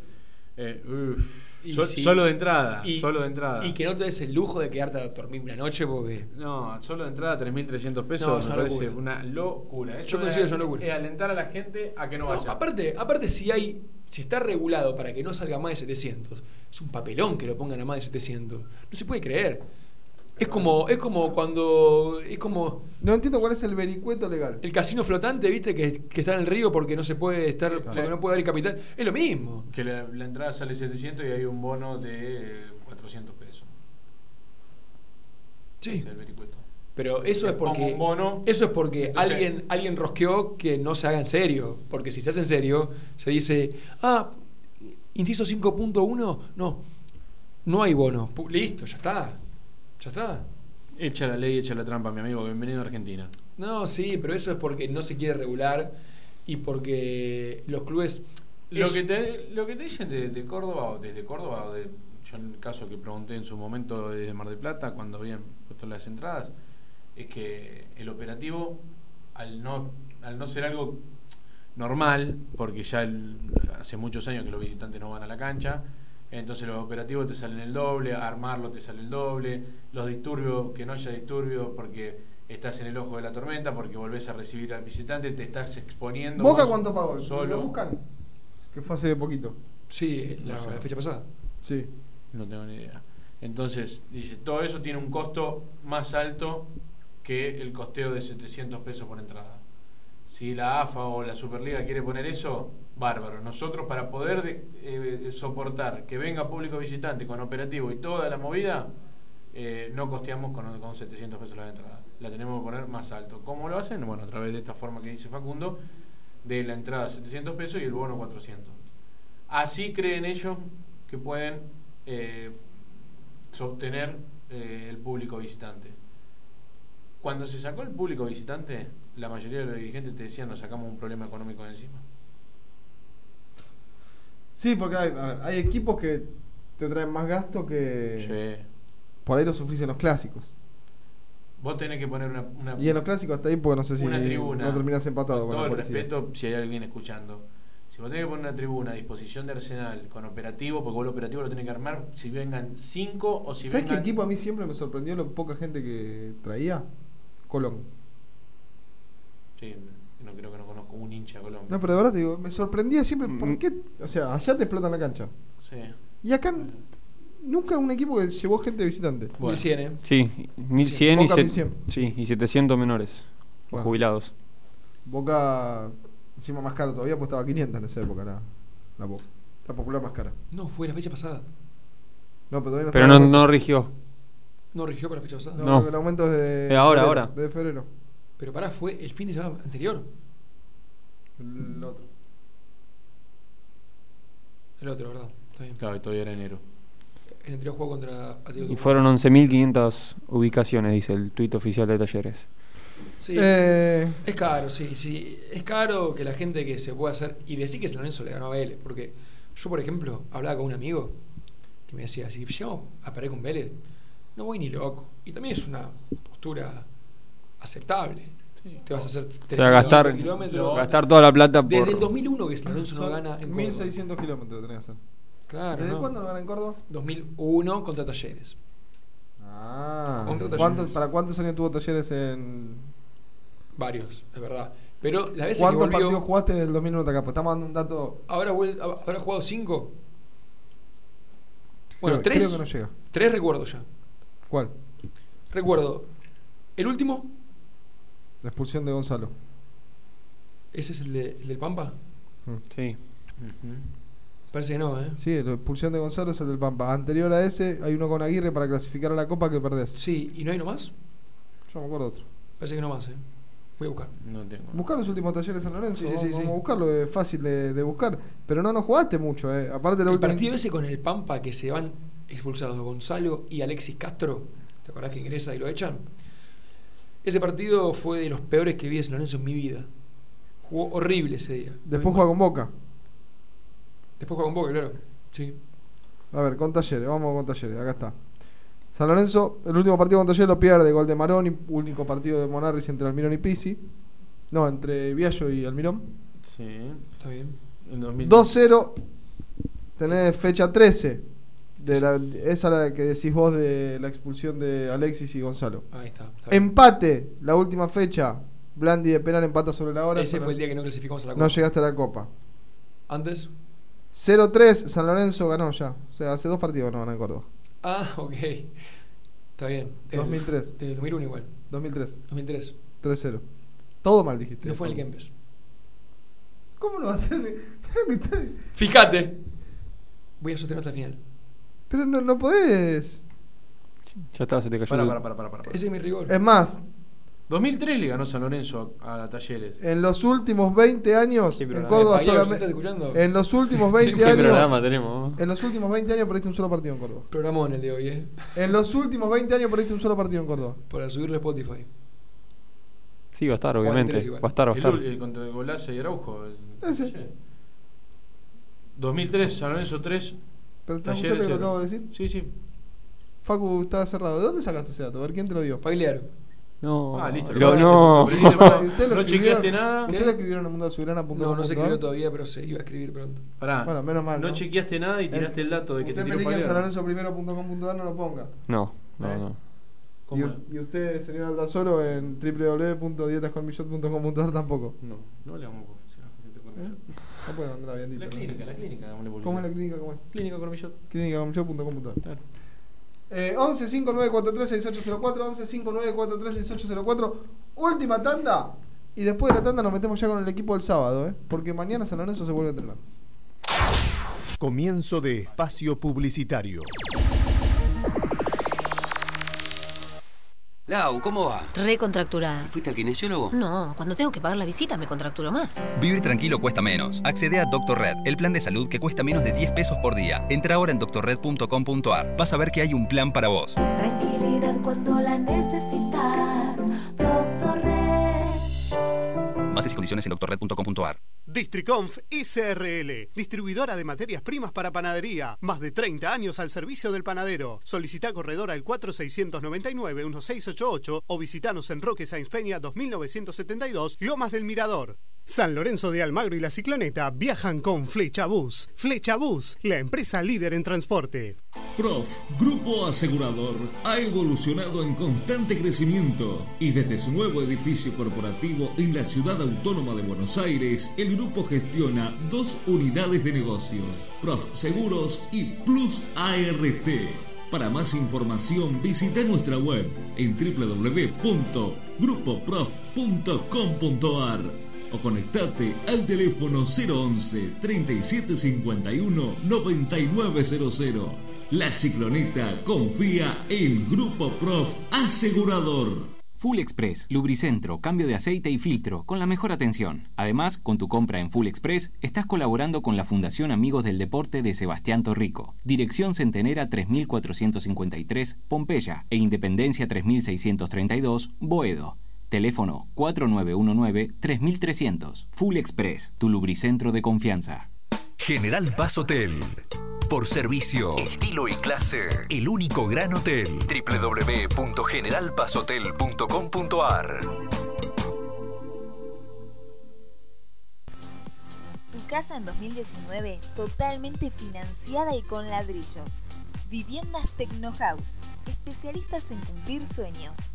[SPEAKER 3] Eh, uf.
[SPEAKER 4] Y
[SPEAKER 3] Sol-
[SPEAKER 4] si-
[SPEAKER 3] Solo de entrada,
[SPEAKER 4] y-
[SPEAKER 3] solo de entrada.
[SPEAKER 4] Y que no te des el lujo de quedarte a dormir una noche porque.
[SPEAKER 3] No, solo de entrada 3.300
[SPEAKER 4] No,
[SPEAKER 3] pesos
[SPEAKER 4] es
[SPEAKER 3] me
[SPEAKER 4] una
[SPEAKER 3] parece
[SPEAKER 4] locura.
[SPEAKER 3] una locura. Eso
[SPEAKER 4] Yo considero
[SPEAKER 3] es-
[SPEAKER 4] que es una locura.
[SPEAKER 3] Es alentar a la gente a que no,
[SPEAKER 4] No,
[SPEAKER 3] vaya.
[SPEAKER 4] aparte, aparte si hay si está regulado para que no salga más de 700, es un papelón que lo pongan a más de 700. No se puede creer. Es como, es como cuando. Es como
[SPEAKER 2] No entiendo cuál es el vericueto legal.
[SPEAKER 4] el casino flotante, ¿viste? Que, que está en el río porque no se puede estar. Porque no puede haber capital. Es lo mismo.
[SPEAKER 3] Que la, la entrada sale 700 y hay un bono de eh, 400 pesos.
[SPEAKER 4] Sí.
[SPEAKER 3] el vericueto.
[SPEAKER 4] Pero eso es
[SPEAKER 3] Como
[SPEAKER 4] porque.
[SPEAKER 3] un bono.
[SPEAKER 4] Eso es porque
[SPEAKER 3] Entonces-
[SPEAKER 4] alguien, alguien rosqueó que no se haga en serio. Porque si se hace en serio, se dice, ah, inciso 5.1, no, no hay bono. Pu- Listo, ya está. Ya está.
[SPEAKER 3] Echa la ley, echa la trampa, mi amigo. Bienvenido a Argentina.
[SPEAKER 4] No, sí, pero eso es porque no se quiere regular y porque los clubes.
[SPEAKER 3] Lo
[SPEAKER 4] es-
[SPEAKER 3] que te, lo que te dicen de, de Córdoba o desde Córdoba, o de, yo en el caso que pregunté en su momento desde Mar del Plata, cuando habían puesto las entradas, es que el operativo, al no, al no ser algo normal, porque ya el- hace muchos años que los visitantes no van a la cancha, entonces los operativos te salen el doble, armarlo te sale el doble, los disturbios, que no haya disturbios porque estás en el ojo de la tormenta, porque volvés a recibir al visitante, te estás exponiendo.
[SPEAKER 2] ¿Boca
[SPEAKER 3] vos
[SPEAKER 2] cuánto pagó? ¿Lo
[SPEAKER 3] Solo.
[SPEAKER 2] buscan? Que fue hace poquito.
[SPEAKER 4] Sí, la,
[SPEAKER 3] No sé.
[SPEAKER 4] la fecha pasada.
[SPEAKER 2] Sí.
[SPEAKER 3] No tengo ni idea. Entonces, dice, todo eso tiene un costo más alto que el costeo de 700 pesos por entrada. Si la AFA o la Superliga quiere poner eso, bárbaro. Nosotros para poder de- eh, soportar que venga público visitante con operativo y toda la movida, eh, no costeamos con, con 700 pesos la entrada. La tenemos que poner más alto. ¿Cómo lo hacen? Bueno, a través de esta forma que dice Facundo, de la entrada 700 pesos y el bono 400. Así creen ellos que pueden eh, sostener eh, el público visitante. Cuando se sacó el público visitante, la mayoría de los dirigentes te decían nos sacamos un problema económico de encima.
[SPEAKER 2] Sí, porque hay, a ver, hay equipos que te traen más gasto que. Por ahí lo sufrís en los clásicos.
[SPEAKER 3] Vos tenés que poner una, una-
[SPEAKER 2] Y en los clásicos hasta ahí, porque no sé si
[SPEAKER 3] una tribuna.
[SPEAKER 2] no terminas empatado
[SPEAKER 3] Con
[SPEAKER 2] con
[SPEAKER 3] todo
[SPEAKER 2] la
[SPEAKER 3] el
[SPEAKER 2] policía.
[SPEAKER 3] respeto, si hay alguien escuchando. Si vos tenés que poner una tribuna a disposición de Arsenal con operativo, porque vos el operativo lo tenés que armar si vengan cinco o si
[SPEAKER 2] ¿Sabes qué
[SPEAKER 3] vengan.
[SPEAKER 2] equipo a mí siempre me sorprendió lo poca gente que traía? Colón.
[SPEAKER 3] Sí, no creo que no conozco un hincha de Colombia.
[SPEAKER 2] No, pero de verdad te digo, me sorprendía siempre. ¿Por qué? O sea, allá te explotan la cancha.
[SPEAKER 3] Sí.
[SPEAKER 2] Y acá n- nunca un equipo que llevó gente visitante.
[SPEAKER 4] 1100, ¿eh?
[SPEAKER 5] Sí, 1100 y,
[SPEAKER 2] Boca
[SPEAKER 5] set-
[SPEAKER 2] 1100.
[SPEAKER 5] sí, y 700 menores o
[SPEAKER 2] Bueno.
[SPEAKER 5] jubilados.
[SPEAKER 2] Boca, encima más caro todavía, pues estaba 500 en esa época la, la Boca. La popular más cara.
[SPEAKER 4] No, fue la fecha pasada.
[SPEAKER 2] No, pero todavía no
[SPEAKER 5] Pero
[SPEAKER 2] estaba-
[SPEAKER 5] no, no rigió.
[SPEAKER 4] No rigió para la fecha pasada.
[SPEAKER 2] No,
[SPEAKER 5] no.
[SPEAKER 2] porque el aumento es de.
[SPEAKER 5] Eh, ahora,
[SPEAKER 2] febrero,
[SPEAKER 5] ahora.
[SPEAKER 2] De febrero.
[SPEAKER 4] Pero pará, fue el fin de semana anterior.
[SPEAKER 2] El otro.
[SPEAKER 4] El otro, ¿verdad? Está bien.
[SPEAKER 3] Claro, y todavía era enero.
[SPEAKER 4] El anterior jugó contra Atlético
[SPEAKER 5] Y
[SPEAKER 4] Tucumán.
[SPEAKER 5] fueron 11.500 ubicaciones, dice el tuit oficial de Talleres.
[SPEAKER 4] Sí.
[SPEAKER 2] Eh.
[SPEAKER 4] Es caro, sí, sí. Es caro que la gente que se pueda hacer. Y decir que San Lorenzo le ganó a Vélez. Porque yo, por ejemplo, hablaba con un amigo que me decía: si llegamos a perder con Vélez, no voy ni loco. Y también es una postura aceptable. Te vas a hacer
[SPEAKER 5] O sea, gastar,
[SPEAKER 4] 3.500 kilómetros.
[SPEAKER 5] gastar toda la plata por...
[SPEAKER 4] Desde el 2001 que San Lorenzo no
[SPEAKER 2] Son
[SPEAKER 4] gana en Córdoba.
[SPEAKER 2] 1600 kilómetros tenés que hacer.
[SPEAKER 4] Claro.
[SPEAKER 2] ¿Desde
[SPEAKER 4] no.
[SPEAKER 2] cuándo no gana en Córdoba?
[SPEAKER 4] 2001 contra Talleres.
[SPEAKER 2] Ah,
[SPEAKER 4] Contra
[SPEAKER 2] ¿cuántos-
[SPEAKER 4] Talleres.
[SPEAKER 2] ¿para cuántos años tuvo talleres en.
[SPEAKER 4] Varios, es verdad. Pero la vez que
[SPEAKER 2] ¿Cuántos
[SPEAKER 4] volvió.
[SPEAKER 2] partidos jugaste desde el 2001 hasta acá? Pues Estamos dando un dato.
[SPEAKER 4] Ahora vuel- hab- habrá jugado cinco. Bueno,
[SPEAKER 2] creo-
[SPEAKER 4] tres.
[SPEAKER 2] creo que no llega.
[SPEAKER 4] Tres recuerdo ya.
[SPEAKER 2] ¿Cuál?
[SPEAKER 4] Recuerdo. El último,
[SPEAKER 2] La expulsión de Gonzalo.
[SPEAKER 4] ese es el, de- el del Pampa.
[SPEAKER 5] Sí.
[SPEAKER 4] Parece que no, ¿eh?
[SPEAKER 2] Sí, la expulsión de Gonzalo es el del Pampa. Anterior a ese, hay uno con Aguirre para clasificar a la Copa que perdés.
[SPEAKER 4] Sí, ¿y no hay nomás?
[SPEAKER 2] Yo me acuerdo otro.
[SPEAKER 4] Parece que no más, ¿eh? Voy a buscar.
[SPEAKER 3] No tengo.
[SPEAKER 2] Buscar los últimos talleres de San Lorenzo.
[SPEAKER 4] Sí, sí, sí,
[SPEAKER 2] vamos
[SPEAKER 4] sí.
[SPEAKER 2] a buscarlo, es fácil de, de buscar. Pero no nos jugaste mucho, eh. Aparte, la
[SPEAKER 4] El
[SPEAKER 2] última.
[SPEAKER 4] partido ese con el Pampa que se van expulsados Gonzalo y Alexis Castro. ¿Te acordás que ingresa y lo echan? Ese partido fue de los peores que vi de San Lorenzo en mi vida. Jugó horrible ese día.
[SPEAKER 2] Después juega con Boca.
[SPEAKER 4] Después jugó con Boca, claro. Sí.
[SPEAKER 2] A ver, con Talleres, vamos con Talleres, acá está. San Lorenzo, el último partido con Talleres lo pierde, gol de Maroni, único partido de Monarris entre Almirón y Pisi. No, entre Viallo y Almirón.
[SPEAKER 3] Sí.
[SPEAKER 4] Está bien.
[SPEAKER 3] En 2000.
[SPEAKER 2] 2-0, tenés fecha 13. De la, esa la que decís vos de la expulsión de Alexis y Gonzalo.
[SPEAKER 4] Ahí está. está bien.
[SPEAKER 2] Empate, la última fecha. Blandi de penal empata sobre la hora.
[SPEAKER 4] ese
[SPEAKER 2] San-
[SPEAKER 4] fue el día que no clasificamos a la Copa.
[SPEAKER 2] No llegaste a la Copa.
[SPEAKER 4] Antes.
[SPEAKER 2] 0-3, San Lorenzo ganó ya. O sea, hace dos partidos no ganó en Córdoba.
[SPEAKER 4] Ah, ok.
[SPEAKER 20] Está bien. Del-
[SPEAKER 2] 2003.
[SPEAKER 20] Del 2001 igual.
[SPEAKER 2] 2003.
[SPEAKER 20] 2003.
[SPEAKER 2] 3-0. Todo mal dijiste.
[SPEAKER 20] No fue en el Kempes.
[SPEAKER 2] ¿Cómo lo va a hacer?
[SPEAKER 20] Fíjate. Voy a sostener hasta el final.
[SPEAKER 2] Pero no, no podés.
[SPEAKER 5] Ya está, se te cayó.
[SPEAKER 3] Pará,
[SPEAKER 5] el-
[SPEAKER 3] pará, pará, pará, pará.
[SPEAKER 20] Ese es mi rigor.
[SPEAKER 2] Es más,
[SPEAKER 3] 2003 le ganó San Lorenzo a, a Talleres.
[SPEAKER 2] en los últimos 20 años, en
[SPEAKER 3] programa.
[SPEAKER 2] Córdoba
[SPEAKER 3] Compañero, ¿sí
[SPEAKER 2] solamente.
[SPEAKER 3] estás escuchando?
[SPEAKER 2] En los últimos 20
[SPEAKER 5] ¿Qué
[SPEAKER 2] años.
[SPEAKER 5] programa tenemos?
[SPEAKER 2] En los últimos 20 años perdiste un solo partido en Córdoba.
[SPEAKER 20] Programón el de hoy, ¿eh?
[SPEAKER 2] En los últimos 20 años perdiste un solo partido en Córdoba.
[SPEAKER 20] Para subirle a Spotify.
[SPEAKER 5] Sí, va a estar,
[SPEAKER 20] Juan
[SPEAKER 5] obviamente.
[SPEAKER 20] Andrés igual.
[SPEAKER 5] Va a estar, va a
[SPEAKER 3] El
[SPEAKER 5] estar.
[SPEAKER 3] ul- eh, contra el Golazo y Araujo. el-
[SPEAKER 2] Ese.
[SPEAKER 3] Talleres. 2003, San Lorenzo 3.
[SPEAKER 2] Pero te
[SPEAKER 3] Talleres
[SPEAKER 2] escuchaste lo que
[SPEAKER 3] cero.
[SPEAKER 2] acabo de decir.
[SPEAKER 3] Sí, sí.
[SPEAKER 2] Facu estaba cerrado. ¿De dónde sacaste ese dato? A ver quién te lo dio.
[SPEAKER 20] Pagliaro.
[SPEAKER 5] No.
[SPEAKER 3] Ah, listo,
[SPEAKER 5] Lo-
[SPEAKER 3] lo-
[SPEAKER 5] no.
[SPEAKER 3] lo perdiste, pero-
[SPEAKER 2] ¿Y ustedes lo
[SPEAKER 3] No
[SPEAKER 2] escribieron-
[SPEAKER 3] chequeaste nada.
[SPEAKER 2] Ustedes lo escribieron en mundazulana.com.
[SPEAKER 20] No, no se escribió todavía, pero se iba a escribir pronto.
[SPEAKER 3] Pará.
[SPEAKER 2] Bueno, menos mal.
[SPEAKER 3] No,
[SPEAKER 2] ¿no?
[SPEAKER 3] chequeaste nada y tiraste el dato de que te
[SPEAKER 2] Usted
[SPEAKER 3] tiró
[SPEAKER 2] pedí que en
[SPEAKER 3] Pagliaro.
[SPEAKER 2] sanlorenzo.com.ar no lo ponga.
[SPEAKER 5] No, no, no.
[SPEAKER 2] Y, u- y usted, señor Aldazoro, en www.dietasconmillot.com.ar tampoco.
[SPEAKER 3] No, no le hagamos publicidad.
[SPEAKER 2] ¿Eh? No puede mandar bien dicho.
[SPEAKER 3] La
[SPEAKER 2] ¿no?
[SPEAKER 3] clínica, la clínica, hagámosle
[SPEAKER 2] ¿Cómo es
[SPEAKER 3] publicidad.
[SPEAKER 2] la clínica? ¿Cómo es?
[SPEAKER 3] Clínica Cormillot.
[SPEAKER 2] Clínicaconmillot.com.ar
[SPEAKER 3] Claro.
[SPEAKER 2] Eh, 11 5943 6804 11 5943 6804 Última tanda. Y después de la tanda nos metemos ya con el equipo del sábado, ¿eh? Porque mañana San Lorenzo se vuelve a entrenar.
[SPEAKER 14] Comienzo de espacio publicitario.
[SPEAKER 8] Lau, ¿cómo va? Recontracturada.
[SPEAKER 9] ¿Fuiste al kinesiólogo?
[SPEAKER 8] No, cuando tengo que pagar la visita me contracturo más.
[SPEAKER 9] Vivir tranquilo cuesta menos. Accede a Doctor Red, el plan de salud que cuesta menos de 10 pesos por día. Entra ahora en doctorred.com.ar. Vas a ver que hay un plan para vos.
[SPEAKER 17] Tranquilidad cuando la necesitas, Doctor Red.
[SPEAKER 9] Bases y condiciones en doctorred.com.ar.
[SPEAKER 11] Districonf SRL, distribuidora de materias primas para panadería, más de 30 años al servicio del panadero. Solicita corredor al 4699-1688 o visitanos en Roque Sáenz Peña 2972, Lomas del Mirador. San Lorenzo de Almagro y la Cicloneta viajan con Flecha Bus. Flecha Bus, la empresa líder en transporte.
[SPEAKER 12] Prof, Grupo Asegurador, ha evolucionado en constante crecimiento y desde su nuevo edificio corporativo en la ciudad autónoma de Buenos Aires, el grupo gestiona dos unidades de negocios, Prof Seguros y Plus ART. Para más información visita nuestra web en www.grupoprof.com.ar o conectate al teléfono 011 3751 9900. La cicloneta confía en Grupo Prof Asegurador.
[SPEAKER 7] Full Express, lubricentro, cambio de aceite y filtro, con la mejor atención. Además, con tu compra en Full Express, estás colaborando con la Fundación Amigos del Deporte de Sebastián Torrico. Dirección Centenera 3453, Pompeya, e Independencia 3632, Boedo. Teléfono 4919-3300. Full Express, tu lubricentro de confianza.
[SPEAKER 6] General Paz Hotel. Por servicio, estilo y clase. El único gran hotel. www.generalpazhotel.com.ar
[SPEAKER 10] Tu casa en 2019 totalmente financiada y con ladrillos. Viviendas Tecnohouse, especialistas en cumplir sueños.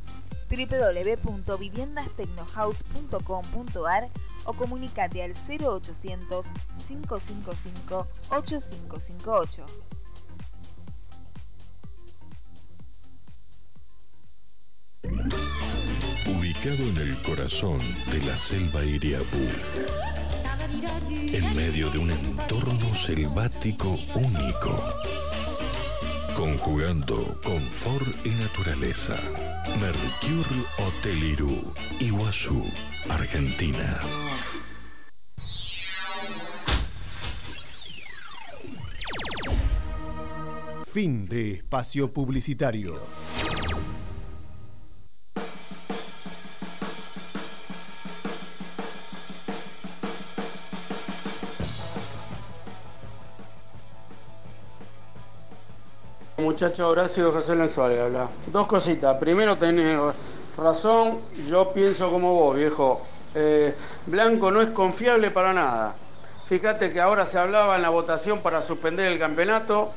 [SPEAKER 10] www.viviendastecnohouse.com.ar o comunicate al 0800 555 8558.
[SPEAKER 13] Ubicado en el corazón de la selva Iriapú, en medio de un entorno selvático único, conjugando confort y naturaleza. Mercure Hotel Irú, Iguazú, Argentina.
[SPEAKER 14] Fin de espacio publicitario.
[SPEAKER 21] Muchachos, Horacio José Lenzuales habla. Dos cositas. Primero tenés razón, yo pienso como vos, viejo. Eh, Blanco no es confiable para nada. Fíjate que ahora se hablaba en la votación para suspender el campeonato,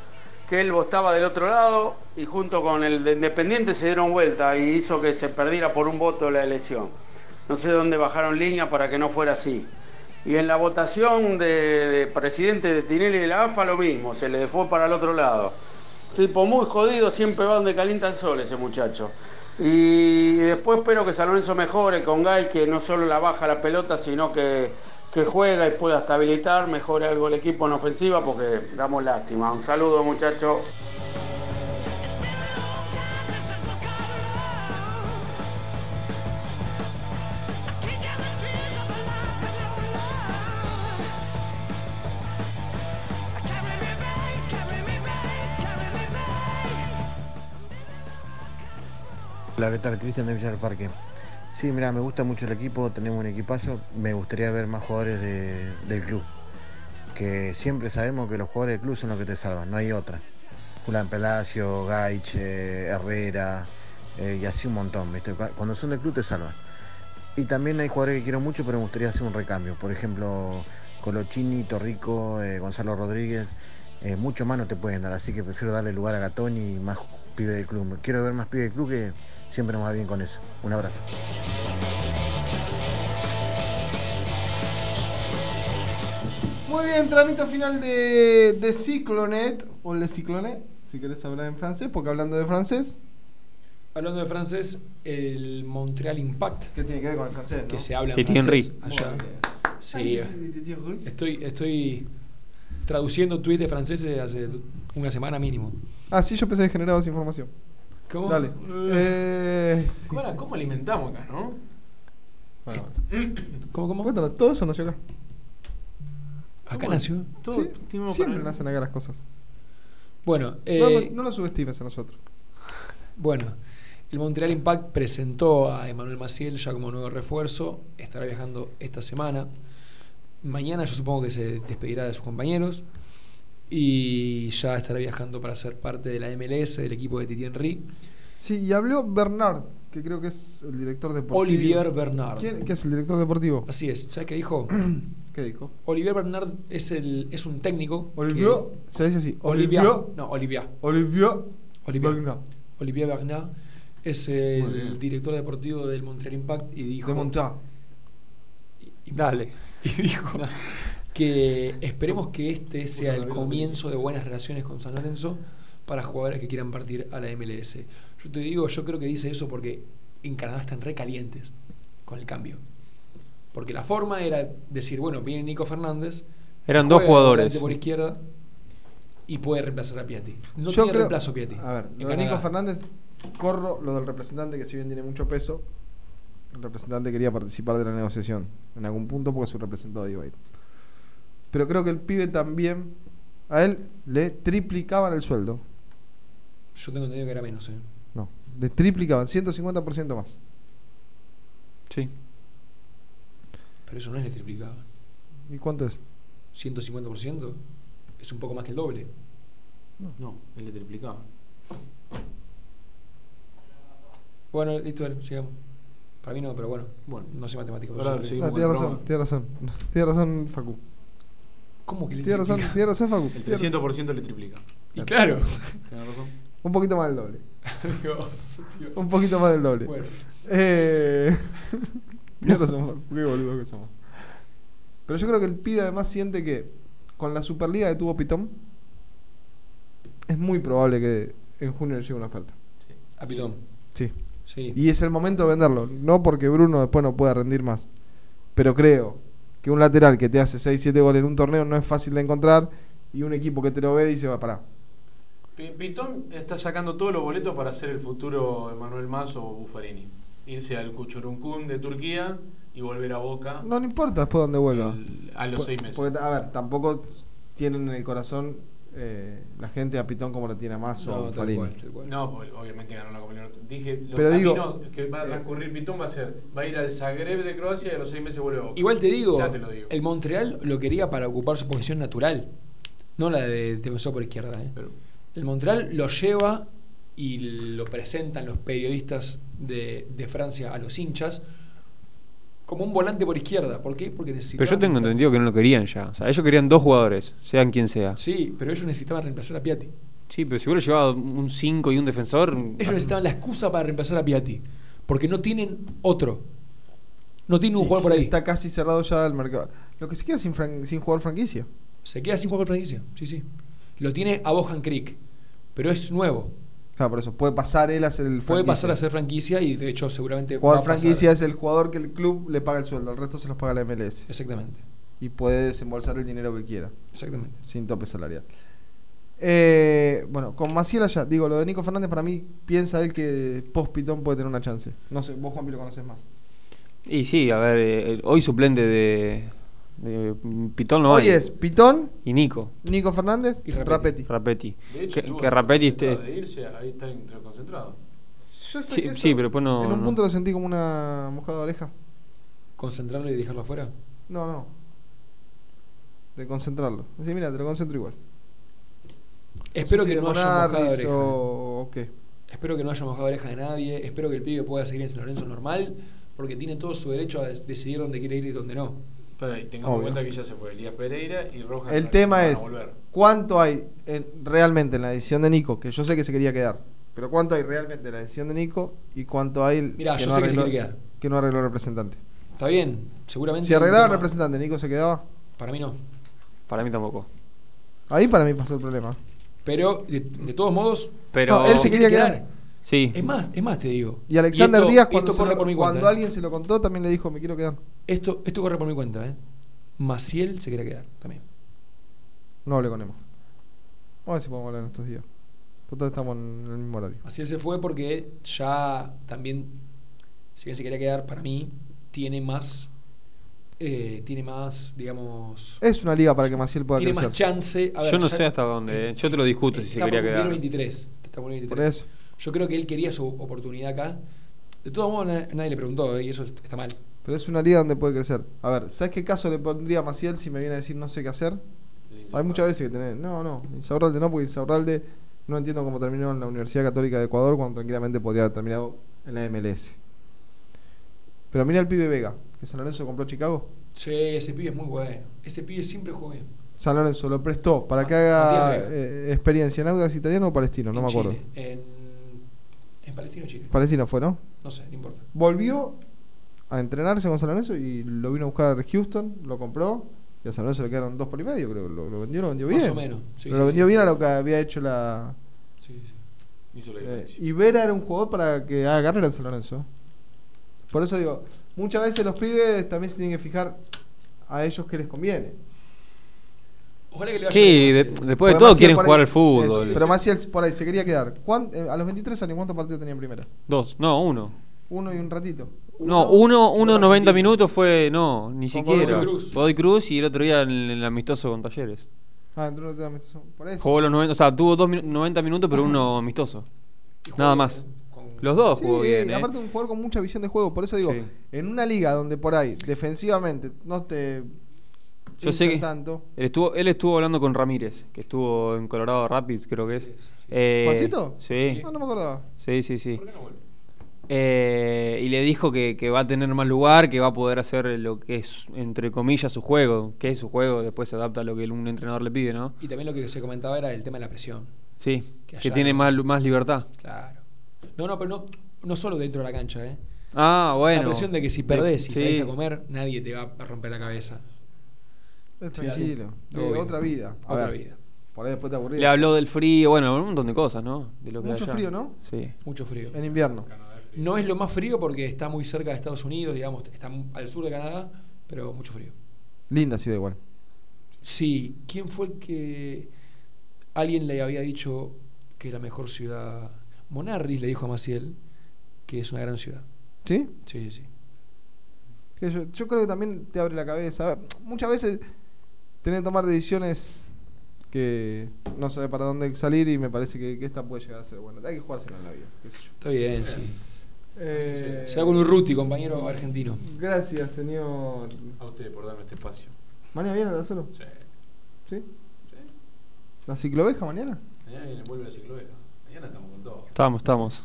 [SPEAKER 21] que él votaba del otro lado y junto con el de Independiente se dieron vuelta y hizo que se perdiera por un voto la elección. No sé dónde bajaron línea para que no fuera así. Y en la votación de, de presidente de Tinelli de la AFA lo mismo, se le fue para el otro lado. Tipo muy jodido, siempre van de calienta al sol ese muchacho. Y después espero que San Lorenzo mejore con Gay, que no solo la baja la pelota, sino que, que juega y pueda estabilitar, mejore algo el equipo en ofensiva, porque damos lástima. Un saludo, muchachos.
[SPEAKER 22] Hola, ¿qué tal? Cristian de Villar Parque. Sí, mira, me gusta mucho el equipo, tenemos un equipazo. Me gustaría ver más jugadores de- del club. Que siempre sabemos que los jugadores del club son los que te salvan, no hay otra. Julián Pelacio, Gaich, eh, Herrera, eh, y así un montón, ¿viste? Cu- Cuando son del club te salvan. Y también hay jugadores que quiero mucho, pero me gustaría hacer un recambio. Por ejemplo, Colochini, Torrico, eh, Gonzalo Rodríguez. eh, mucho más no te pueden dar, así que prefiero darle lugar a Gatoni y más pibe del club. Quiero ver más pibe del club que siempre nos va bien con eso. Un abrazo.
[SPEAKER 2] Muy bien, trámite final de, de Ciclonet, o Le Ciclonet, si querés hablar en francés, porque hablando de francés,
[SPEAKER 4] Hablando de francés, el Montreal Impact.
[SPEAKER 2] ¿Qué tiene que ver con el francés?
[SPEAKER 4] Que
[SPEAKER 2] no?
[SPEAKER 4] se habla en
[SPEAKER 2] Titi
[SPEAKER 4] francés
[SPEAKER 2] Henry.
[SPEAKER 4] allá.
[SPEAKER 2] Ay,
[SPEAKER 4] Sí,
[SPEAKER 2] Titi-
[SPEAKER 4] eh,
[SPEAKER 2] Titi Henry.
[SPEAKER 4] estoy, estoy traduciendo tweets de franceses hace una semana mínimo.
[SPEAKER 2] Ah, sí, yo pensé que generabas información.
[SPEAKER 4] ¿Cómo?
[SPEAKER 2] Dale. Eh, sí.
[SPEAKER 3] ¿Cómo, era- cómo alimentamos acá, no? Bueno,
[SPEAKER 4] ¿Cómo, cómo?
[SPEAKER 2] Cuéntanos, todo eso nació acá.
[SPEAKER 4] ¿Acá nació?
[SPEAKER 3] Todo
[SPEAKER 2] Sí,
[SPEAKER 3] tenemos
[SPEAKER 2] siempre
[SPEAKER 3] para-
[SPEAKER 2] nacen acá las cosas.
[SPEAKER 4] Bueno, eh,
[SPEAKER 2] no, nos- no nos subestimes a nosotros.
[SPEAKER 4] Bueno, el Montreal Impact presentó a Emanuel Maciel ya como nuevo refuerzo. Estará viajando esta semana. Mañana yo supongo que se despedirá de sus compañeros. Y ya estará viajando para ser parte de la MLS, del equipo de Titi Henry.
[SPEAKER 2] Sí, y habló Bernard, que creo que es el director deportivo.
[SPEAKER 4] Olivier Bernard.
[SPEAKER 2] ¿Quién- ¿Qué es el director deportivo?
[SPEAKER 4] Así es. ¿Sabes qué dijo?
[SPEAKER 2] ¿Qué dijo?
[SPEAKER 4] Olivier Bernard es, el, es un técnico. que-
[SPEAKER 2] Olivier, se dice así.
[SPEAKER 4] Olivier.
[SPEAKER 2] Olivier.
[SPEAKER 4] No, Olivier.
[SPEAKER 2] Olivier.
[SPEAKER 4] Olivier
[SPEAKER 2] Bernard.
[SPEAKER 4] Olivier Bernard es
[SPEAKER 2] Muy
[SPEAKER 4] el
[SPEAKER 2] bien.
[SPEAKER 4] director deportivo del Montreal Impact y dijo.
[SPEAKER 2] De Montá.
[SPEAKER 4] y- Dale. Y dijo que esperemos que este sea el comienzo de buenas relaciones con San Lorenzo para jugadores que quieran partir a la MLS. Yo te digo, yo creo que dice eso porque en Canadá están recalientes con el cambio. Porque la forma era decir, bueno, viene Nico Fernández.
[SPEAKER 5] Eran
[SPEAKER 4] juega
[SPEAKER 5] dos jugadores.
[SPEAKER 4] volante Por izquierda y puede reemplazar a Piatti.
[SPEAKER 2] Yo
[SPEAKER 4] No tiene
[SPEAKER 2] creo-
[SPEAKER 4] reemplazo Piatti.
[SPEAKER 2] A ver,
[SPEAKER 4] en
[SPEAKER 2] lo de
[SPEAKER 4] Canadá.
[SPEAKER 2] Nico Fernández, corro lo del representante, que si bien tiene mucho peso, el representante quería participar de la negociación en algún punto porque su representado iba a ir. Pero creo que el pibe también, a él le triplicaban el sueldo.
[SPEAKER 4] Yo tengo entendido que era menos, ¿eh?
[SPEAKER 2] No, le triplicaban, 150% más.
[SPEAKER 4] Pero eso no es le triplicaba.
[SPEAKER 2] ¿Y cuánto es?
[SPEAKER 4] 150% es un poco más que el doble.
[SPEAKER 3] No, él le triplicaba.
[SPEAKER 4] Bueno, listo, dale, llegamos. Para mí no, pero bueno.
[SPEAKER 3] Bueno.
[SPEAKER 4] no sé matemáticas.
[SPEAKER 3] Ahora
[SPEAKER 4] por eso
[SPEAKER 3] seguimos
[SPEAKER 2] Ah,
[SPEAKER 4] le-
[SPEAKER 2] tiene razón, tiene razón, tiene razón, Facu.
[SPEAKER 4] ¿Cómo que le
[SPEAKER 2] Tiene razón,
[SPEAKER 4] triplica?
[SPEAKER 2] tiene razón, Facu.
[SPEAKER 3] El
[SPEAKER 2] Tiene-
[SPEAKER 3] 300% le triplica.
[SPEAKER 4] Y claro.
[SPEAKER 3] Tenés razón.
[SPEAKER 2] Un poquito más del doble.
[SPEAKER 4] Dios, Dios.
[SPEAKER 2] Un poquito más del doble.
[SPEAKER 4] Bueno.
[SPEAKER 2] Eh, tiene razón, Facu, qué boludo que somos. Pero yo creo que el pibe además siente que con la Superliga que tuvo Pitón, es muy probable que en junio le llegue una oferta.
[SPEAKER 4] A Pitón.
[SPEAKER 2] Sí.
[SPEAKER 4] Sí.
[SPEAKER 2] Y es el momento de venderlo. No porque Bruno después no pueda rendir más. Pero creo que un lateral que te hace 6-7 goles en un torneo no es fácil de encontrar. Y un equipo que te lo ve dice, va, pará.
[SPEAKER 3] Pi- Pitón está sacando todos los boletos para ser el futuro Emanuel Mazo o Buffarini. Irse al Cuchuruncún de Turquía y volver a Boca.
[SPEAKER 2] No, no importa después dónde vuelva.
[SPEAKER 3] a los
[SPEAKER 2] Por-
[SPEAKER 3] seis meses.
[SPEAKER 2] Porque, a ver, tampoco tienen en el corazón eh, la gente a Pitón como la tiene a Mazo o a Farini.
[SPEAKER 3] No, porque obviamente ganó la Copa Libertadores. Dije, los
[SPEAKER 2] Pero digo-
[SPEAKER 3] caminos que va a transcurrir Pitón va a ser, va a ir al Zagreb de Croacia y a los seis meses vuelve a Boca.
[SPEAKER 4] Igual te digo,
[SPEAKER 3] Ya te lo digo.
[SPEAKER 4] el Montreal lo quería para ocupar su posición natural, no la de defensor por izquierda. ¿eh? el Montreal lo lleva y lo presentan los periodistas de, de Francia a los hinchas como un volante por izquierda. ¿Por qué? Porque necesitaban.
[SPEAKER 5] Pero yo tengo entendido que no lo querían ya. O sea, ellos querían dos jugadores, sean quien sea.
[SPEAKER 4] Sí, pero ellos necesitaban reemplazar a Piatti.
[SPEAKER 5] Sí, pero si vos lo llevabas un 5 y un defensor.
[SPEAKER 4] Ellos necesitaban la excusa para reemplazar a Piatti. Porque no tienen otro. No tiene un jugador por ahí.
[SPEAKER 2] Está casi cerrado ya el mercado. Lo que se queda sin, fran- sin jugador franquicia.
[SPEAKER 4] Se queda sin jugador franquicia. Sí, sí. Lo tiene a Bohan Creek. Pero es nuevo.
[SPEAKER 2] Claro, por eso puede pasar él a ser el
[SPEAKER 4] Puede
[SPEAKER 2] franquicia.
[SPEAKER 4] pasar a ser franquicia y de hecho seguramente
[SPEAKER 2] Jugador
[SPEAKER 4] va a pasar.
[SPEAKER 2] franquicia es el jugador que el club le paga el sueldo, el resto se los paga la MLS.
[SPEAKER 4] Exactamente.
[SPEAKER 2] Y puede desembolsar el dinero que quiera.
[SPEAKER 4] Exactamente.
[SPEAKER 2] Sin tope salarial. Eh, bueno, con Maciel allá, digo, lo de Nico Fernández para mí piensa él que post Pitón puede tener una chance. No sé, vos Juanpi lo conoces más.
[SPEAKER 5] Y sí, a ver, eh, eh, hoy suplente de, de Pitón no
[SPEAKER 2] Hoy
[SPEAKER 5] hay.
[SPEAKER 2] es Pitón.
[SPEAKER 5] Y Nico.
[SPEAKER 2] Nico Fernández y Rapetti.
[SPEAKER 5] Rapetti.
[SPEAKER 3] De hecho,
[SPEAKER 5] Que,
[SPEAKER 3] tuvo
[SPEAKER 5] que Rapetti esté-
[SPEAKER 3] De irse, ahí está entre concentrado.
[SPEAKER 2] Yo
[SPEAKER 5] Sí, sí, pero después no.
[SPEAKER 2] en un
[SPEAKER 5] no.
[SPEAKER 2] punto lo sentí como una mojada de oreja.
[SPEAKER 4] ¿Concentrarlo y dejarlo afuera?
[SPEAKER 2] No, no. De concentrarlo. Sí, mira, te lo concentro igual.
[SPEAKER 4] Espero
[SPEAKER 2] sé si de
[SPEAKER 4] que no haya mojado
[SPEAKER 2] Monardis
[SPEAKER 4] oreja.
[SPEAKER 2] o- o qué.
[SPEAKER 4] Espero que no haya mojado oreja de nadie. Espero que el pibe pueda seguir en San Lorenzo normal. Porque tiene todo su derecho a des- decidir dónde quiere ir y dónde no.
[SPEAKER 3] Pero ahí, tengamos en cuenta que ya se fue Elías Pereira y Rojas.
[SPEAKER 2] El
[SPEAKER 3] no
[SPEAKER 2] tema
[SPEAKER 3] van a
[SPEAKER 2] es,
[SPEAKER 3] volver.
[SPEAKER 2] ¿cuánto hay en- realmente en la decisión de Nico? Que yo sé que se quería quedar. Pero ¿cuánto hay realmente en la decisión de Nico? ¿Y cuánto hay
[SPEAKER 4] Mirá, yo sé que se quiere quedar.
[SPEAKER 2] que no arregló el representante?
[SPEAKER 4] Está bien, seguramente.
[SPEAKER 2] Si arreglaba el
[SPEAKER 4] no.
[SPEAKER 2] representante, Nico se quedaba.
[SPEAKER 4] Para mí no.
[SPEAKER 5] Para mí tampoco.
[SPEAKER 2] Ahí para mí pasó el problema.
[SPEAKER 4] Pero, de, de todos modos.
[SPEAKER 5] Pero- No,
[SPEAKER 4] él se quería quedar.
[SPEAKER 5] Sí.
[SPEAKER 4] Es más, es más, te digo.
[SPEAKER 2] Y Alexander
[SPEAKER 4] esto-
[SPEAKER 2] Díaz,
[SPEAKER 4] y
[SPEAKER 2] cuando,
[SPEAKER 4] esto
[SPEAKER 2] se
[SPEAKER 4] corre
[SPEAKER 2] lo-
[SPEAKER 4] por mi
[SPEAKER 2] cuando
[SPEAKER 4] cuenta, ¿eh?
[SPEAKER 2] alguien se lo contó, también le dijo, me quiero quedar.
[SPEAKER 4] Esto, esto corre por mi cuenta, ¿eh? Maciel se quiere quedar también.
[SPEAKER 2] No hablé con Emo. Vamos a ver si podemos hablar en estos días. Total, estamos en el mismo horario.
[SPEAKER 4] Maciel se fue porque ya también, si bien se quería quedar, para mí, tiene más. eh, tiene más, digamos.
[SPEAKER 2] Es una liga para que Maciel pueda
[SPEAKER 4] tiene
[SPEAKER 2] crecer.
[SPEAKER 4] más chance. A ver,
[SPEAKER 5] Yo no
[SPEAKER 4] ya-
[SPEAKER 5] sé hasta dónde. eh. Yo te lo discuto si se
[SPEAKER 4] Está por
[SPEAKER 5] quería
[SPEAKER 4] cumplir
[SPEAKER 5] quedar.
[SPEAKER 4] 23. Está por cumplir
[SPEAKER 2] Por
[SPEAKER 4] 23.
[SPEAKER 2] eso.
[SPEAKER 4] Yo creo que él quería su oportunidad acá. De todos modos, na- nadie le preguntó ¿eh? y eso est- está mal.
[SPEAKER 2] Pero es una liga donde puede crecer. A ver, ¿sabes qué caso le pondría a Maciel si me viene a decir no sé qué hacer? Hay muchas veces que tenés. No, no, Insaurralde no, porque Insaurralde no entiendo cómo terminó en la Universidad Católica de Ecuador cuando tranquilamente podría haber terminado en la MLS. Pero mira el pibe Vega, que San Lorenzo compró a Chicago.
[SPEAKER 4] Sí, ese pibe es muy bueno. Ese pibe siempre juega bien.
[SPEAKER 2] San Lorenzo lo prestó para que
[SPEAKER 4] Ah, Matías
[SPEAKER 2] haga
[SPEAKER 4] Vega.
[SPEAKER 2] eh, experiencia en Audax italiano o palestino, no
[SPEAKER 4] En
[SPEAKER 2] me acuerdo.
[SPEAKER 4] Chile, en, en Palestino, Chile.
[SPEAKER 2] Palestino fue, ¿no?
[SPEAKER 4] No sé, no importa.
[SPEAKER 2] Volvió a entrenarse con San Lorenzo y lo vino a buscar Houston, lo compró. Y a San Lorenzo le quedaron dos por y medio, creo. Lo, lo vendió, lo vendió bien.
[SPEAKER 4] Más o menos, sí,
[SPEAKER 2] Pero
[SPEAKER 4] sí,
[SPEAKER 2] lo vendió
[SPEAKER 4] sí.
[SPEAKER 2] bien a lo que había hecho la.
[SPEAKER 4] Sí, sí.
[SPEAKER 3] Hizo la
[SPEAKER 2] eh,
[SPEAKER 3] diferencia.
[SPEAKER 2] y Vera era un jugador para que haga carrera en San Lorenzo. Por eso digo, muchas veces los pibes también se tienen que fijar a ellos que les conviene.
[SPEAKER 4] Ojalá que le vaya
[SPEAKER 5] Sí,
[SPEAKER 4] bien a
[SPEAKER 5] de-
[SPEAKER 4] Maciel.
[SPEAKER 5] después de
[SPEAKER 2] Porque
[SPEAKER 5] todo
[SPEAKER 2] Maciel
[SPEAKER 5] quieren
[SPEAKER 2] por ahí-
[SPEAKER 5] jugar al
[SPEAKER 2] eso,
[SPEAKER 5] fútbol.
[SPEAKER 2] pero Maciel por ahí se quería quedar. ¿Cuán- eh, a los 23 años, ¿cuántos partidos tenía en primera?
[SPEAKER 5] Dos, no, uno.
[SPEAKER 2] Uno y un ratito.
[SPEAKER 5] No, uno, uno 90 minutos fue, no, ni
[SPEAKER 2] Con
[SPEAKER 5] siquiera.
[SPEAKER 2] Godoy Cruz.
[SPEAKER 5] Godoy Cruz y el otro día en el, amistoso con Talleres.
[SPEAKER 2] Ah, entró en otra metió- por eso.
[SPEAKER 5] Jugó los 90, o sea, tuvo dos minu- 90 minutos, pero uno amistoso. Nada más. Los dos
[SPEAKER 2] eh, Sí,
[SPEAKER 5] jugó bien.
[SPEAKER 2] y
[SPEAKER 5] eh.
[SPEAKER 2] aparte un jugador con mucha visión de juego, por eso digo,
[SPEAKER 5] Sí.
[SPEAKER 2] en una liga donde por ahí defensivamente no te
[SPEAKER 5] Yo sé
[SPEAKER 2] hinchan
[SPEAKER 5] que
[SPEAKER 2] tanto.
[SPEAKER 5] él estuvo, él estuvo hablando con Ramírez, que estuvo en Colorado Rapids, creo que es. Eh,
[SPEAKER 2] ¿Juancito?
[SPEAKER 5] Sí.
[SPEAKER 2] Ah, no me acordaba.
[SPEAKER 5] Sí, sí, sí. Eh, y le dijo que, que va a tener más lugar, que va a poder hacer lo que es, entre comillas, su juego. Que es su juego, después se adapta a lo que el- un entrenador le pide, ¿no?
[SPEAKER 4] Y también lo que se comentaba era el tema de la presión.
[SPEAKER 5] Sí,
[SPEAKER 4] Que
[SPEAKER 5] que,
[SPEAKER 4] allá
[SPEAKER 5] tiene
[SPEAKER 4] no.
[SPEAKER 5] más, lu- más libertad.
[SPEAKER 4] Claro. No, no, pero no, no solo dentro de la cancha, ¿eh?
[SPEAKER 5] Ah, bueno.
[SPEAKER 4] La presión de que si perdés y
[SPEAKER 5] sí.
[SPEAKER 4] salís a comer, nadie te va a romper la cabeza.
[SPEAKER 2] Es
[SPEAKER 4] Sí,
[SPEAKER 2] tranquilo,
[SPEAKER 4] sí.
[SPEAKER 2] eh,
[SPEAKER 4] Obvio.
[SPEAKER 2] otra vida. A
[SPEAKER 4] Otra
[SPEAKER 2] ver,
[SPEAKER 4] vida.
[SPEAKER 2] Por ahí después te aburrís.
[SPEAKER 5] Le habló del frío, bueno, un montón de cosas, ¿no? De lo que
[SPEAKER 2] Mucho
[SPEAKER 5] allá.
[SPEAKER 2] frío, ¿no?
[SPEAKER 5] Sí.
[SPEAKER 4] Mucho frío.
[SPEAKER 2] En invierno.
[SPEAKER 4] No es lo más frío porque está muy cerca de Estados Unidos, digamos, está al sur de Canadá, pero mucho frío.
[SPEAKER 2] Linda ciudad igual.
[SPEAKER 4] Sí, ¿quién fue el que alguien le había dicho que la mejor ciudad? Monarris le dijo a Maciel que es una gran ciudad.
[SPEAKER 2] ¿Sí?
[SPEAKER 4] Sí, sí, sí.
[SPEAKER 2] Que yo, yo creo que también te abre la cabeza. A ver, Muchas veces tenés que tomar decisiones que no sabés para dónde salir y me parece que, que esta puede llegar a ser buena. Hay que jugársela en la vida, qué sé yo.
[SPEAKER 4] Está bien, sí.
[SPEAKER 2] Eh,
[SPEAKER 4] Se va con Urruti, compañero argentino.
[SPEAKER 2] Gracias, señor.
[SPEAKER 3] A ustedes por darme este espacio.
[SPEAKER 2] ¿Mañana viene a solo?
[SPEAKER 3] Sí.
[SPEAKER 2] ¿Sí? ¿La cicloveja mañana?
[SPEAKER 3] Mañana viene vuelve la ciclovela. Mañana estamos con todo.
[SPEAKER 5] Estamos, estamos.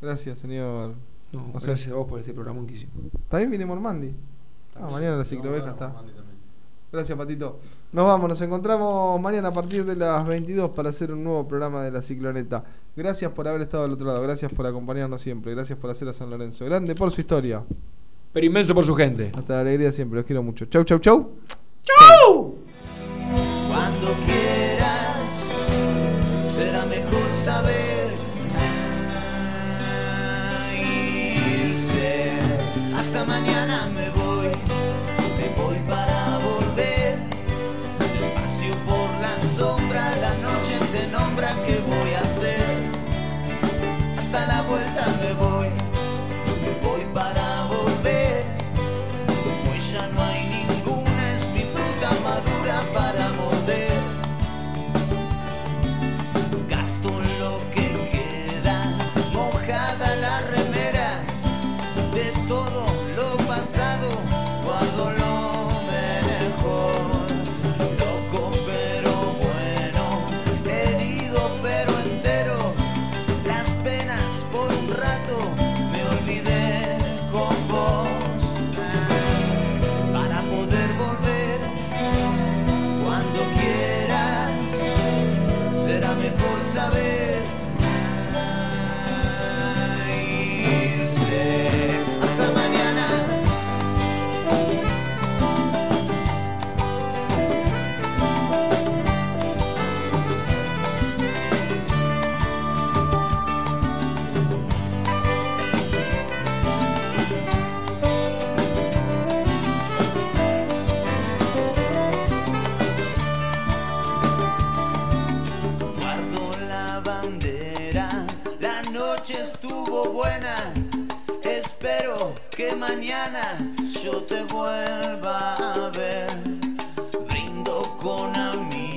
[SPEAKER 2] Gracias, señor.
[SPEAKER 4] No,
[SPEAKER 2] O sea,
[SPEAKER 4] gracias a vos por este programa que hicimos.
[SPEAKER 2] También viene Mormandi. Ah,
[SPEAKER 3] También,
[SPEAKER 2] mañana la
[SPEAKER 3] vamos a
[SPEAKER 2] cicloveja
[SPEAKER 3] ver
[SPEAKER 2] está.
[SPEAKER 3] Mormandi también.
[SPEAKER 2] Gracias, Patito. Nos vamos, nos encontramos mañana a partir de las 22 para hacer un nuevo programa de la cicloneta. Gracias por haber estado al otro lado, gracias por acompañarnos siempre, gracias por hacer a San Lorenzo. Grande por su historia.
[SPEAKER 4] Pero inmenso por su gente.
[SPEAKER 2] Hasta la alegría siempre, los quiero mucho. Chau, chau, chau.
[SPEAKER 15] Cuando quieras, será mejor
[SPEAKER 23] saber irse. Hasta mañana. Guardo la bandera, la noche estuvo buena. Espero que mañana yo te vuelva a ver. Brindo con amor.